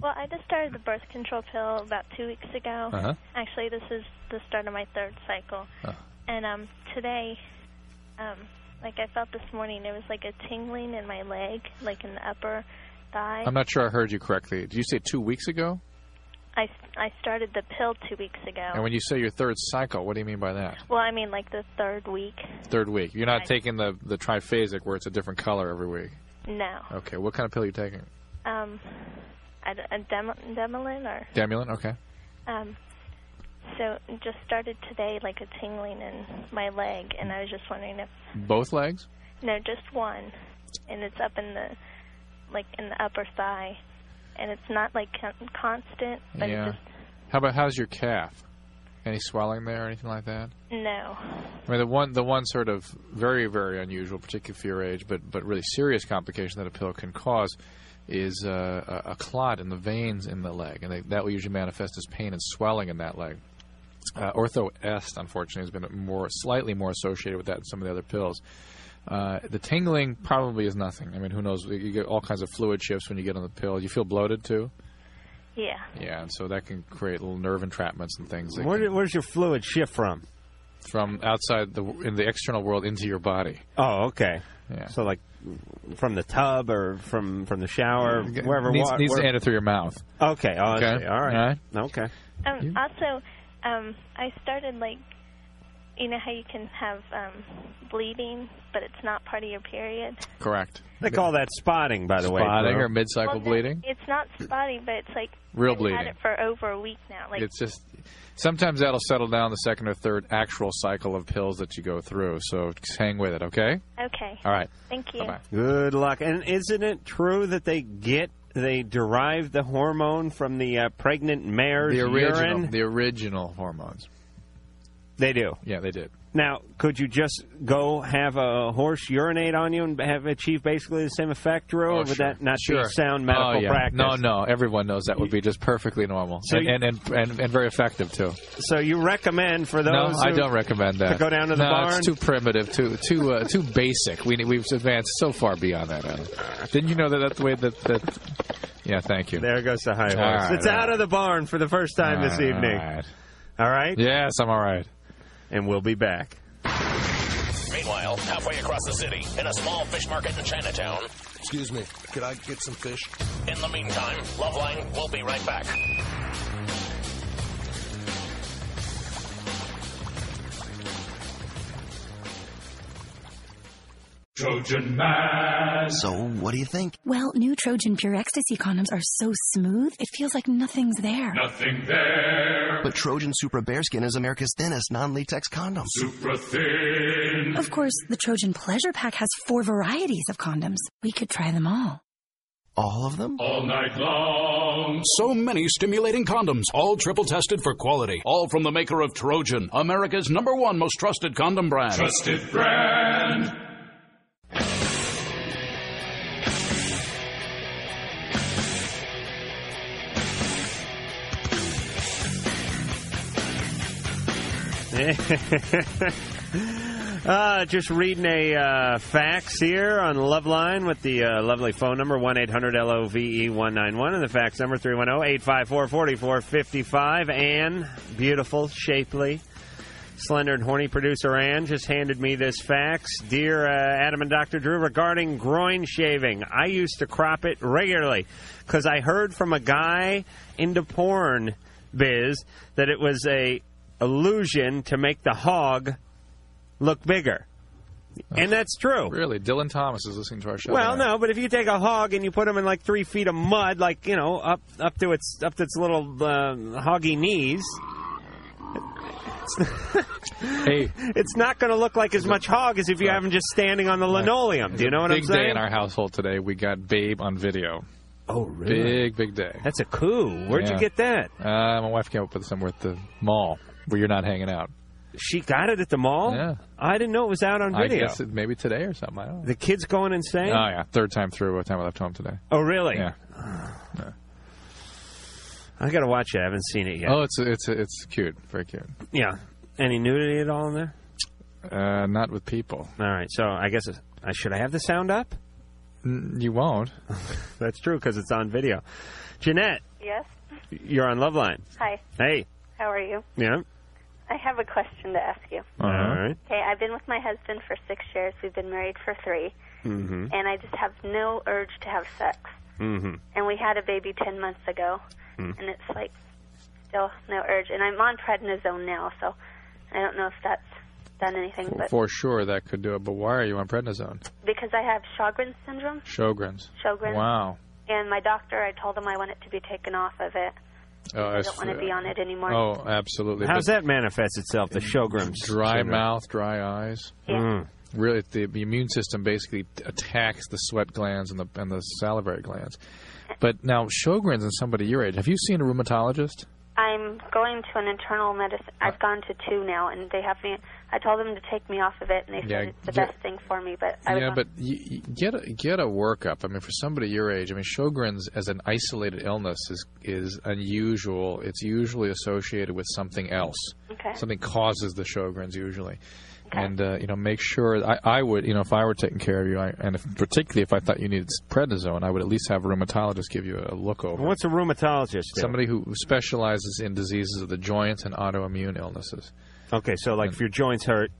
well, I just started the birth control pill about two weeks ago.
Uh-huh.
Actually, this is the start of my third cycle.
Oh.
And um, today, um, like I felt this morning, it was like a tingling in my leg, like in the upper thigh.
I'm not sure I heard you correctly. Did you say two weeks ago?
I, I started the pill two weeks ago.
And when you say your third cycle, what do you mean by that?
well, I mean, like the third week.
Third week. You're not
Right.
taking the the triphasic where it's a different color every week.
No.
Okay. What kind of pill are you taking?
Um, I, d- a Dem- Demolin or
Damulin. Okay.
Um, so it just started today, like a tingling in my leg, and I was just wondering if
Both legs.
no, just one, and it's up in the like in the upper thigh, and it's not like con- constant, but
yeah.
it's just
How about how's your calf? Any swelling there or anything like that?
no.
I mean, the one the one sort of very very unusual, particularly for your age, but but really serious complication that a pill can cause is uh, a, a clot in the veins in the leg, and they, that will usually manifest as pain and swelling in that leg. Uh, orthoest, unfortunately, has been more slightly more associated with that than some of the other pills. Uh, the tingling probably is nothing. I mean, who knows? You get all kinds of fluid shifts when you get on the pill. You feel bloated too.
Yeah.
Yeah, and so that can create little nerve entrapments and things that
Where did, where's your fluid shift from?
from outside the in the external world into your body.
Oh, okay.
Yeah.
So, like, from the tub or from from the shower, wherever.
needs,
wa-
needs to
where-
enter through your mouth.
Okay. Oh, I see.
Okay.
All right. Okay.
Um, also, um, I started like you know how you can have um, bleeding, but it's not part of your period.
Correct.
They call that spotting, by the way.
Spotting
Drew.
or mid-cycle
Well, no, It's not spotty, but it's like
Real
I've Had
bleeding.
it for over a week now. Like
it's just sometimes that'll settle down the second or third actual cycle of pills that you go through. So just hang with it, okay?
okay.
All right.
Thank you.
Bye-bye.
Good luck. And isn't it true that they get they derive the hormone from the uh, pregnant mare's
the original,
urine?
the original hormones.
They do.
Yeah, they did.
Now, could you just go have a horse urinate on you and have achieve basically the same effect, Drew? or would
Oh, sure.
Oh, that not
Sure.
be sound medical
oh, yeah.
practice?
No, no, everyone knows that would be just perfectly normal
So
and,
you-
and, and, and and very effective too.
So you recommend for those?
no, I
who-
don't recommend that.
To go down to the
no,
barn.
it's too primitive, too too uh, too basic. We we've advanced so far beyond that. Adam. Didn't you know that that's the way that that? Yeah, thank you.
There goes the high horse. it's out of the barn for the first time this
All
evening.
right.
All right.
Yes, I'm all right.
And we'll be back.
Meanwhile, halfway across the city, in a small fish market in Chinatown.
Excuse me, could I get some fish?
In the meantime, Loveline will be right back.
Trojan Man. So, what do you think?
Well, new Trojan Pure Ecstasy condoms are so smooth, it feels like nothing's there.
Nothing there. But Trojan Supra Bearskin is America's thinnest non-latex condom. Supra thin.
Of course, the Trojan Pleasure Pack has four varieties of condoms. We could try them all.
All of them? All night long.
So many stimulating condoms, all triple tested for quality, all from the maker of Trojan, America's number one most trusted condom brand.
Trusted brand.
(laughs) uh, just reading a uh, fax here on Loveline with the uh, lovely phone number 1 800 LOVE 191 and the fax number 310 854 4455. Ann, beautiful, shapely, slender, and horny producer Ann just handed me this fax. Dear uh, Adam and Dr. Drew, regarding groin shaving, I used to crop it regularly because I heard from a guy into porn biz that it was a illusion to make the hog look bigger. And that's true.
Really, Dylan Thomas is listening to our show.
Well, no, but if you take a hog and you put him in like three feet of mud, like you know, up up to its up to its little um, hoggy knees,
hey,
it's not going to look like as much hog as if you have him just standing on the linoleum. Do you know what I'm
big day
saying?
in our household today. We got Babe on video.
Oh, really?
Big, big day.
That's a coup. Where'd you get that?
Uh, my wife came up with some at the mall where you're not hanging out.
She got it at the mall.
Yeah.
I didn't know it was out on
I
video.
guess it, maybe today or something. I don't know.
The kids going insane.
Oh yeah, third time through. What time I left home today?
Oh, really?
Yeah.
(sighs) I got to watch it. I haven't seen it yet.
Oh, it's it's it's cute, very cute.
Yeah. Any nudity at all in there?
Uh, not with people.
All right. So I guess it's- I should I have the sound up?
You won't.
(laughs) That's true because it's on video. Jeanette,
Yes.
you're on Loveline.
Hi.
Hey.
How are you?
Yeah.
I have a question to ask you.
Uh-huh.
All right.
Okay, I've been with my husband for six years. We've been married for three,
Hmm?
Mm-hmm.
and I just have no urge to have sex.
Mm-hmm.
And we had a baby ten months ago,
Hmm.
Mm.
and it's like still no urge. And I'm on prednisone now, so I don't know if that's done anything, but
For sure, that could do it. But why are you on prednisone?
because I have Sjogren's syndrome,
Sjogren's.
Sjogren's.
Wow.
And my doctor, I told him I want it to be taken off of it.
Oh,
I don't want to be on it anymore.
Oh, absolutely.
How's
But
that manifest itself? The Sjogren's
Dry
syndrome?
mouth, dry eyes.
Mm.
Really, the the immune system basically attacks the sweat glands and the and the salivary glands. But now, Sjogren's in somebody your age. Have you seen a rheumatologist?
I'm going to an internal medicine.
Uh.
I've gone to two now, and they have me. I told them to take me off of it, and they
Yeah,
said it's the
get-
best thing for me. But I was
yeah,
on-
but you, you get a, get a workup. I mean, for somebody your age, I mean, Sjogren's as an isolated illness is is unusual. It's usually associated with something else.
Okay.
Something causes the Sjogren's usually. And uh, you know, make sure I, I would you know if I were taking care of you, I, and if, particularly if I thought you needed prednisone, I would at least have a rheumatologist give you a look over.
What's a rheumatologist? do?
Somebody who specializes in diseases of the joints and autoimmune illnesses.
Okay, so like if your joints hurt,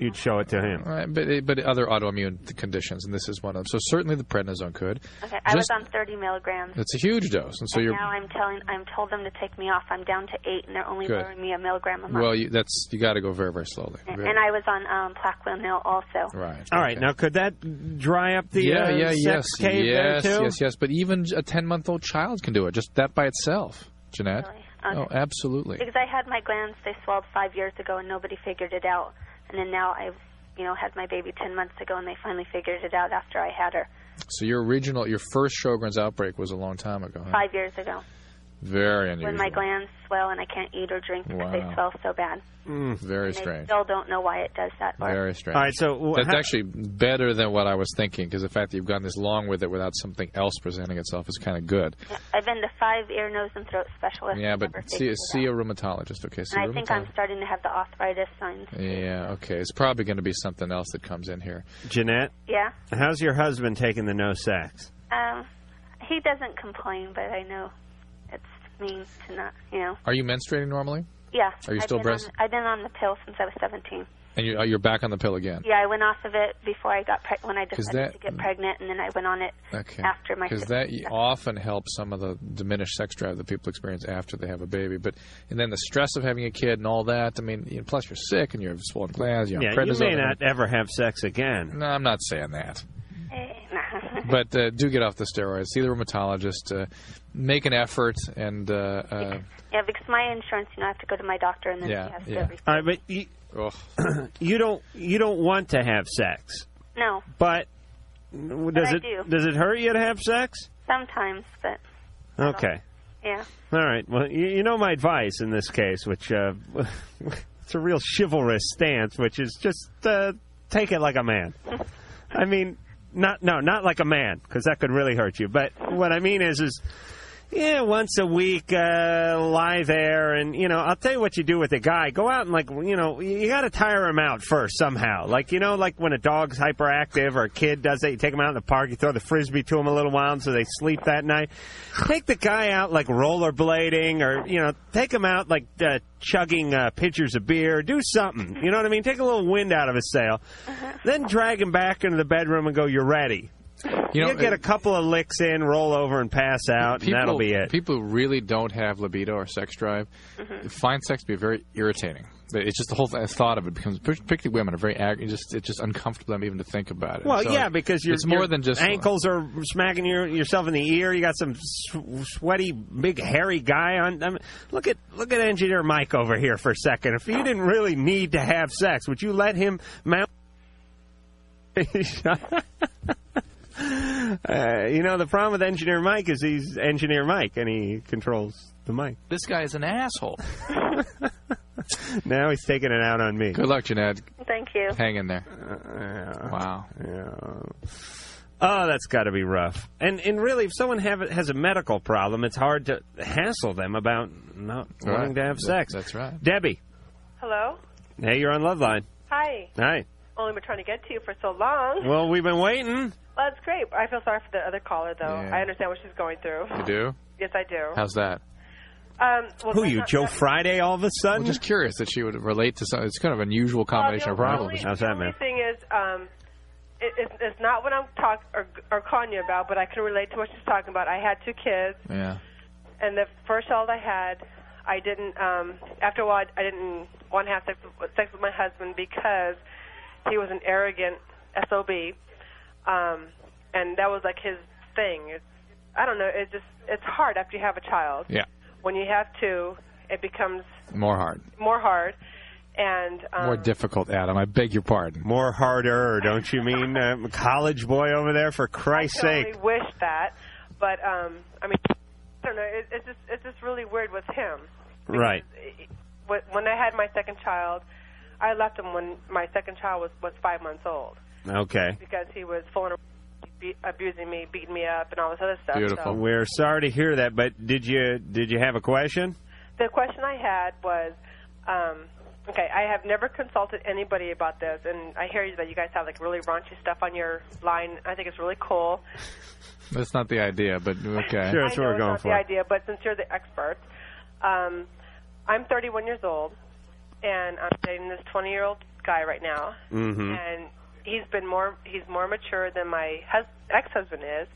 you'd show it to him.
All right, but but other autoimmune conditions, and this is one of them. So certainly the prednisone could.
okay, I was
just-
on 30 milligrams.
It's a huge dose, and so
and
you're
now I'm telling. I'm told them to take me off. I'm down to eight, and they're only
Good.
lowering me a milligram a month.
well. You, that's you got to go very very slowly.
and,
Very-
and I was on um, Plaquenil also.
right.
All right. Now, could that dry up the
yeah,
uh,
yeah, yes,
sex cave
yes,
there too?
yes, yes. But even a ten-month-old child can do it. Just that by itself, Jeanette.
Okay.
Oh, absolutely.
Because I had my glands they swelled five years ago, and nobody figured it out. And then now I've, you know, had my baby 10 months ago, and they finally figured it out after I had her
So your original, your first Sjogren's outbreak was a long time ago. Huh?
five years ago.
Very
when
unusual.
my glands swell and I can't eat or drink because they
Wow.
swell so bad.
very
And I
strange.
still don't know why it does that. Or
Very strange.
Hmm. All right, so wh-
that's
how-
actually better than what I was thinking because the fact that you've gone this long with it without something else presenting itself is kind of good.
I've been to five ear, nose, and throat specialists.
yeah,
and
but
never
see,
figured
see a rheumatologist, okay?
it
See
out.
a
and I think
rheumatologist.
I'm starting to have the arthritis signs.
Yeah, okay. It's probably going to be something else that comes in here.
Jeanette,
Yeah.
how's your husband taking the no sex?
Um, he doesn't complain, but I know it's mean to not, you know.
Are you menstruating normally?
Yeah.
Are you
I've
still
been
breast-
On, I've been on the pill since I was 17.
And you, uh, you're back on the pill again.
Yeah, I went off of it before I got preg- when I
'Cause
decided
that-
to get pregnant, and then I went on it
Okay.
after my.
Because
sister-
that y- often helps some of the diminished sex drive that people experience after they have a baby. But and then the stress of having a kid and all that. I mean, you- plus you're sick and you have swollen glands. You have
Yeah, you
prednisone.
may not ever have sex again.
No, I'm not
(laughs)
saying that.
Eh, nah.
But uh, do get off the steroids. See the rheumatologist. Uh, make an effort and. Uh, uh,
yeah, because my insurance, you know, I have to go to my doctor, and then
Yeah,
he has
yeah.
to. Re-
All right, but you, (clears throat) you don't you don't want to have sex,
no,
but does
I
it
do.
does it hurt you to have sex?
sometimes, but
Okay.
yeah.
All right. Well, you, you know my advice in this case, which uh, (laughs) it's a real chivalrous stance, which is just uh, take it like a man. I mean, not no, not like a man, because that could really hurt you. But what I mean is, is yeah, once a week, uh, lie there, and you know, I'll tell you what you do with a guy. Go out and like, you know, you got to tire him out first somehow. Like, you know, like when a dog's hyperactive or a kid does that, you take him out in the park, you throw the frisbee to him a little while, so they sleep that night. Take the guy out like rollerblading, or you know, take him out like uh, chugging uh, pitchers of beer. Do something. You know what I mean? Take a little wind out of his sail. Then drag him back into the bedroom and go, "You're ready."
You know, uh,
You'll get a couple of licks in, roll over, and pass out, and that'll be it.
People who really don't have libido or sex drive
Mm-hmm.
find sex to be very irritating. It's just the whole th- thought of it becomes, particularly women, are very ag- it's just it's just uncomfortable them even to think about it.
Well,
So
yeah, because your,
it's more
your
than just
ankles are smacking your, yourself in the ear. You got some sw- sweaty, big, hairy guy on. I mean, look at look at engineer Mike over here for a second. If he didn't really need to have sex, would you let him mount? (laughs) Uh, you know the problem with engineer Mike is he's engineer Mike and he controls the mic.
This guy is an
(laughs)
asshole.
Now he's taking it out on me.
Good luck, Jeanette.
Thank you.
Hang in there.
wow. Uh, Oh, that's got to be rough. And and really, if someone have has a medical problem, it's hard to hassle them about not
Right.
wanting to have
That-
sex.
that's right.
Debbie,
Hello.
hey, you're on Loveline.
Hi.
Hi.
Only been trying to get to you for so long.
Well, we've been waiting.
Well, that's great. I feel sorry for the other caller, though.
Yeah.
I understand what she's going through.
You do?
Yes, I do.
How's that?
Um, well,
Who
that's
you,
not-
Joe Friday? All of a sudden?
just curious that she would relate to some. It's kind of an unusual combination of problems.
How's that, The thing is, um, it, it, it's not what I'm talking or, or calling you about, but I can relate to what she's talking about. I had two kids,
Yeah.
and the first child I had, I didn't. Um, after a while, I didn't want to have sex, with- sex with my husband because he was an arrogant sob, um, and that was like his thing. It's, I don't know. It's just it's hard after you have a child.
Yeah.
When you have two, it becomes
More hard.
more hard, and um,
More difficult, Adam. I beg your pardon.
More harder, don't you mean? Uh, college boy over there, for Christ's
I
sake.
totally wish that, but um, I mean, I don't know. It, it's just it's just really weird with him.
Right.
Wh- When I had my second child, I left him when my second child was was five months old
Okay.
because he was fooling around, be- abusing me, beating me up, and all this other stuff. So
We're sorry to hear that, but did you did you have a question?
the question I had was, um, okay, I have never consulted anybody about this, and I hear you that you guys have like really raunchy stuff on your line. I think it's really cool.
That's not the idea, but okay.
I know it's not The idea, but since you're the expert, um, I'm 31 years old, and I'm dating this 20 year old guy right now,
Mhm.
and he's been more he's more mature than my hus- ex husband is,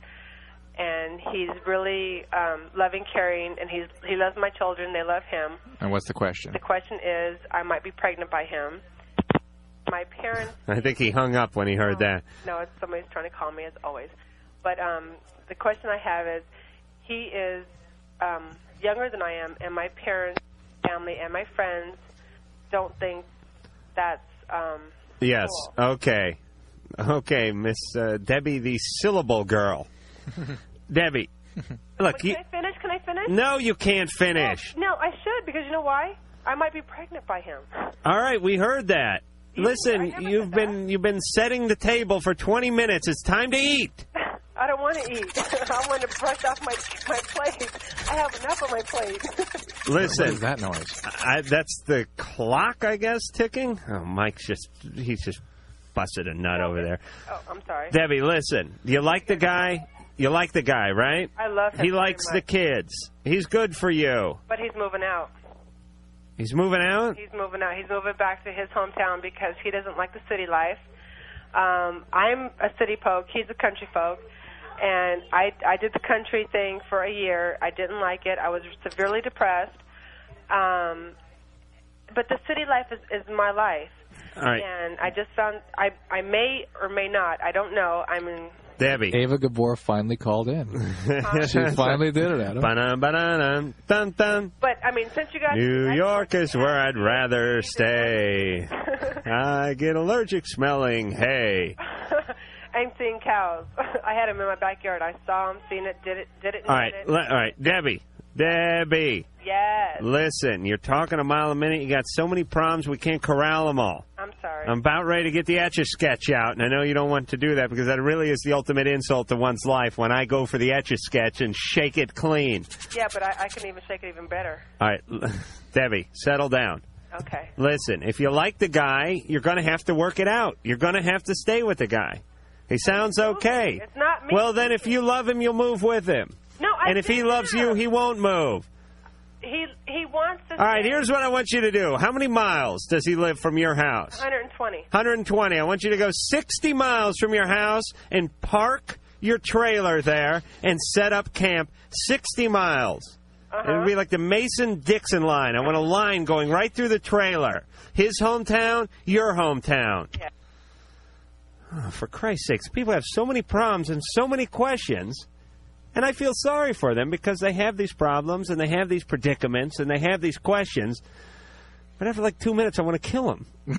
and he's really um, loving, caring, and he's he loves my children. They love him.
And what's the question?
The question is, I might be pregnant by him. My parents
I think he hung up when he heard that.
no, it's somebody's trying to call me as always. But um, the question I have is, he is um, younger than I am, and my parents, family, and my friends don't think that's um,
Yes. Okay. Okay, Miss uh, Debbie, the syllable girl. Debbie, look. You,
Can I finish? Can I finish?
no, you can't finish.
No, I should because you know why? I might be pregnant by him.
All right, we heard that. Listen, you've been you've been setting the table for 20 minutes. It's time to eat.
I don't want to eat. (laughs) I want to brush off my my plate. I have enough on my plate.
Listen,
What is that noise?
I, that's the clock, I guess, ticking. Oh, Mike's just he's just busted a nut over there.
oh, I'm sorry.
Debbie, listen. You like the guy? You like the guy, right?
I love him
He
very
likes the
much.
kids. He's good for you.
But he's moving out.
He's moving out.
He's moving out. He's moving back to his hometown because he doesn't like the city life. Um, I'm a city folk. He's a country folk. And I I did the country thing for a year. I didn't like it. I was severely depressed. Um, but the city life is, is my life.
All right.
And I just found I I may or may not. I don't know. I mean,
Debbie.
Ava Gabor finally called
(laughs)
in. she finally did it, Adam.
Ba-dum, ba-dum, dum, dum.
but I mean, since you guys (laughs)
New York is where I'd rather stay. I get allergic smelling hay.
I'm seeing cows. (laughs) I had them in my backyard. I saw them, seen it, did it, did it.
All right,
did it.
le- all right, Debbie, Debbie.
Yes.
Listen, you're talking a mile a minute. You got so many problems, we can't corral them all.
I'm sorry.
I'm about ready to get the etch a sketch out, and I know you don't want to do that because that really is the ultimate insult to one's life when I go for the etch a sketch and shake it clean.
Yeah, but I, I can even shake it even better.
All right, (laughs) Debbie, settle down.
Okay.
Listen, if you like the guy, you're going to have to work it out. You're going to have to stay with the guy. He sounds okay.
It's not me.
Well, then if you love him, you'll move with him.
No, I
And if he
didn't
loves you, he won't move.
He he wants to.
All right,
stay
here's what I want you to do. How many miles does he live from your house?
120.
120. I want you to go 60 miles from your house and park your trailer there and set up camp 60 miles. It would be like the Mason Dixon line. I want a line going right through the trailer. His hometown, your hometown. Oh, for Christ's sakes, people have so many problems and so many questions. And I feel sorry for them because they have these problems and they have these predicaments and they have these questions. But after like two minutes, I want to kill them. (laughs)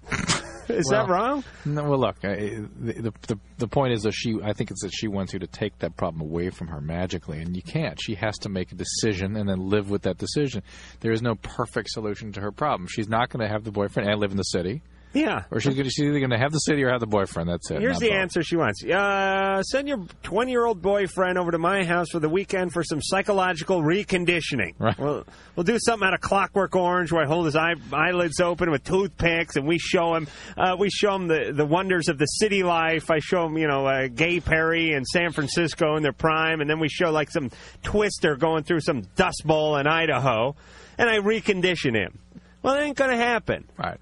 Is that
Well,
wrong?
No, well, look, I, the, the the the point is that she, I think it's that she wants you to take that problem away from her magically, and you can't. She has to make a decision and then live with that decision. There is no perfect solution to her problem. She's not going to have the boyfriend and live in the city,
Yeah.
or she's gonna, she's either going to have the city or have the boyfriend. That's it.
Here's
not
the
both.
answer she wants. Uh, send your 20 year old boyfriend over to my house for the weekend for some psychological reconditioning.
(laughs)
Right. We'll, we'll do something out of Clockwork Orange where I hold his eye, eyelids open with toothpicks and we show him uh, we show him the, the wonders of the city life. I show him, you know, uh, Gay Perry and San Francisco in their prime, and then we show like some twister going through some dust bowl in Idaho, and I recondition him. Well, it ain't going to happen.
Right.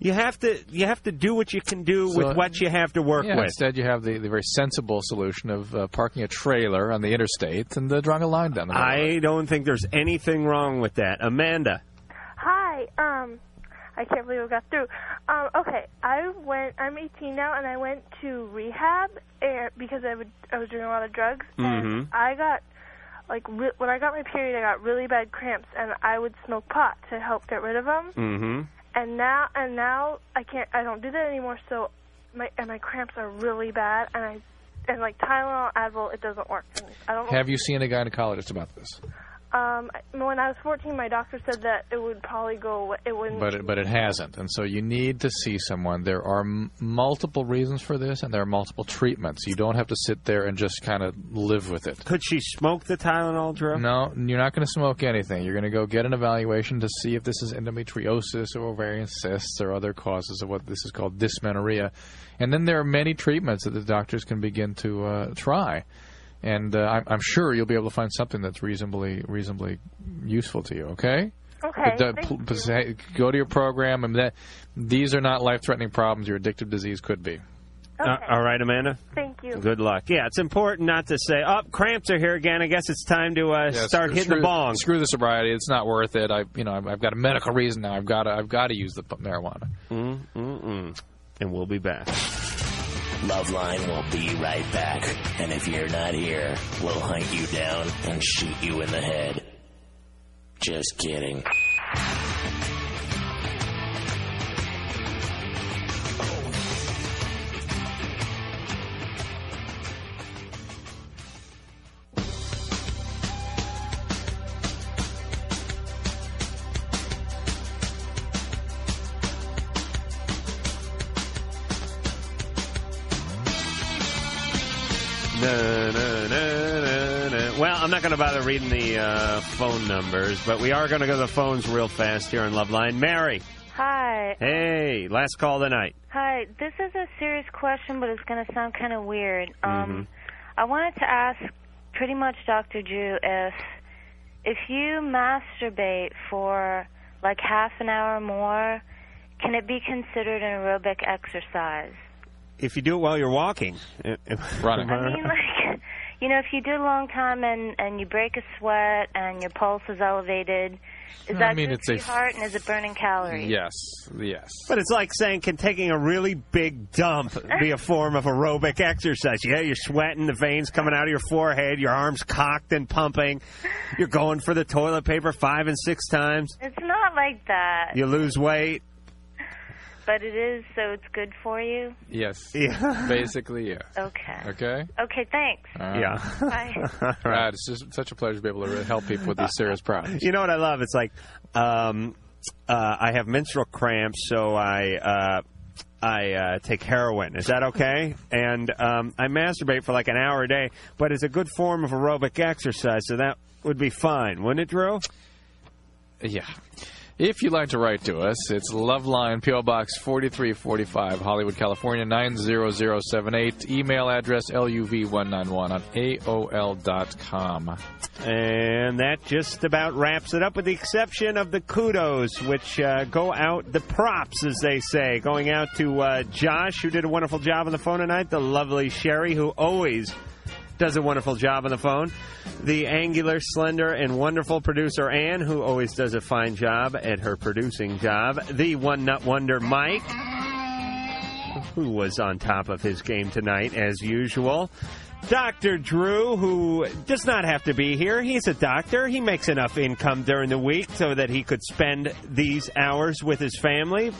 You have to you have to do what you can do
So-
with what you have to work
Yeah,
with.
instead you have the, the very sensible solution of uh, parking a trailer on the interstate and uh, drawing a line down the middle.
I don't think there's anything wrong with that. Amanda.
Hi. Um, I can't believe I got through. Um, okay, I went. I'm 18 now, and I went to rehab and, because I would I was doing a lot of drugs.
Mm-hmm.
I got like re- when I got my period, I got really bad cramps, and I would smoke pot to help get rid of them.
Mm.
Mm-hmm.
And now and now I can't. I don't do that anymore. So my and my cramps are really bad, and I and like Tylenol, Advil, it doesn't work. for me. I don't. know
Have you seen a gynecologist about this?
Um, I- when I was 14, my doctor said that it would probably go. away. It wouldn't.
But it, but it hasn't, and so you need to see someone. There are m- multiple reasons for this, and there are multiple treatments. You don't have to sit there and just kind of live with it.
Could she smoke the Tylenol drug?
No, you're not going to smoke anything. You're going to go get an evaluation to see if this is endometriosis or ovarian cysts or other causes of what this is called dysmenorrhea, and then there are many treatments that the doctors can begin to uh, try. And uh, I'm, I'm sure you'll be able to find something that's reasonably reasonably useful to you. Okay.
Okay,
But the-
thank
pl- but say- go to your program, and that these are not life-threatening problems. Your addictive disease could be.
Uh, all right, Amanda.
Thank you.
Good luck. Yeah, it's important not to say, "Up, cramps are here again." I guess it's time to uh,
Yeah,
start
screw-
hitting
screw-
the bong.
Screw the sobriety. It's not worth it. I, you know, I've, I've got a medical reason now. I've got to, I've got to use the p- marijuana.
Mm-mm-mm. And we'll be back.
Loveline will be right back. And if you're not here, we'll hunt you down and shoot you in the head. Just kidding.
Na, na, na, na, na. Well, I'm not going to bother reading the uh, phone numbers, but we are going to go to the phones real fast here on Loveline. Mary.
Hi.
Hey, last call tonight.
Hi. This is a serious question, but it's going to sound kind of weird.
Um,
I wanted to ask pretty much Dr. Drew if if you masturbate for like half an hour more. Can it be considered an aerobic exercise?
If you do it while you're walking, running.
I mean, like, you know, if you do a long time and and you break a sweat and your pulse is elevated, is
I
that
mean,
good
it's
for
a-
your heart and is it burning calories?
Yes, yes.
But it's like saying can taking a really big dump be a form of aerobic exercise? Yeah, you're sweating, the veins coming out of your forehead, your arms cocked and pumping. You're going for the toilet paper five and six times.
Mm.
It's not like that,
You lose weight.
but it is, so it's good for you.
Yes.
(laughs)
Yeah.
Basically, yeah.
Okay.
Okay.
Okay, thanks.
All right.
Yeah. (laughs)
Bye.
God, it's just such a pleasure to be able to really help people with these serious problems.
Uh, You know what I love? It's like um, uh, I have menstrual cramps, so I uh, I uh, take heroin. Is that okay? And um, I masturbate for like an hour a day, but it's a good form of aerobic exercise, so that would be fine, wouldn't it, Drew?
Yeah. If you'd like to write to us, it's Loveline, P.O. Box 4345, Hollywood, California, 90078. Email address LUV191 on AOL dot com.
And that just about wraps it up, with the exception of the kudos, which uh, go out the props, as they say. Going out to uh, Josh, who did a wonderful job on the phone tonight, the lovely Sherry, who always does a wonderful job on the phone, the angular, slender, and wonderful producer Ann, who always does a fine job at her producing job, the one nut wonder Mike who was on top of his game tonight, as usual. Dr. Drew, who does not have to be here. He's a doctor. He makes enough income during the week so that he could spend these hours with his family,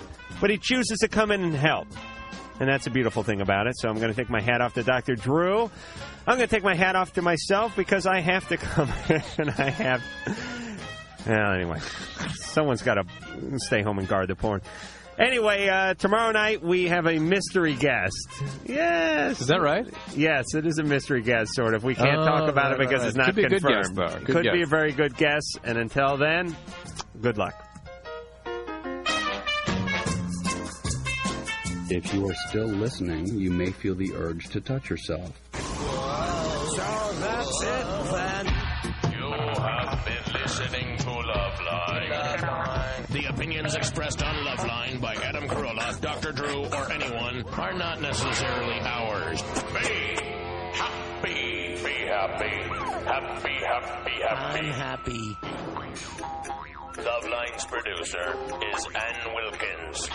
but he chooses to come in and help. And that's a beautiful thing about it. So I'm going to take my hat off to Dr. Drew. I'm going to take my hat off to myself because I have to (laughs) come in and I have. Well, anyway, someone's got to stay home and guard the porn. Anyway, uh, tomorrow night we have a mystery guest. Yes.
Is that right?
Yes, it is a mystery guest, sort of. We can't
Oh,
talk about it
right,
because
right,
it's
right.
not
Could be a good
confirmed.
guess, though. Good
Could be a
guess.
very good guess. And until then, good luck.
If you are still listening, you may feel the urge to touch yourself.
So that's it then.
You have been listening to Loveline. The opinions expressed on Loveline by Adam Carolla, Dr. Drew, or anyone are not necessarily ours. Be happy. Be happy. Happy, happy, happy.
I'm happy.
Loveline's producer is Ann Wilkins.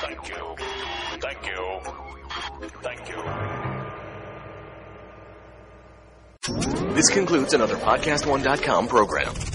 Thank you. Thank you. Thank you.
This concludes another PodcastOne.com program.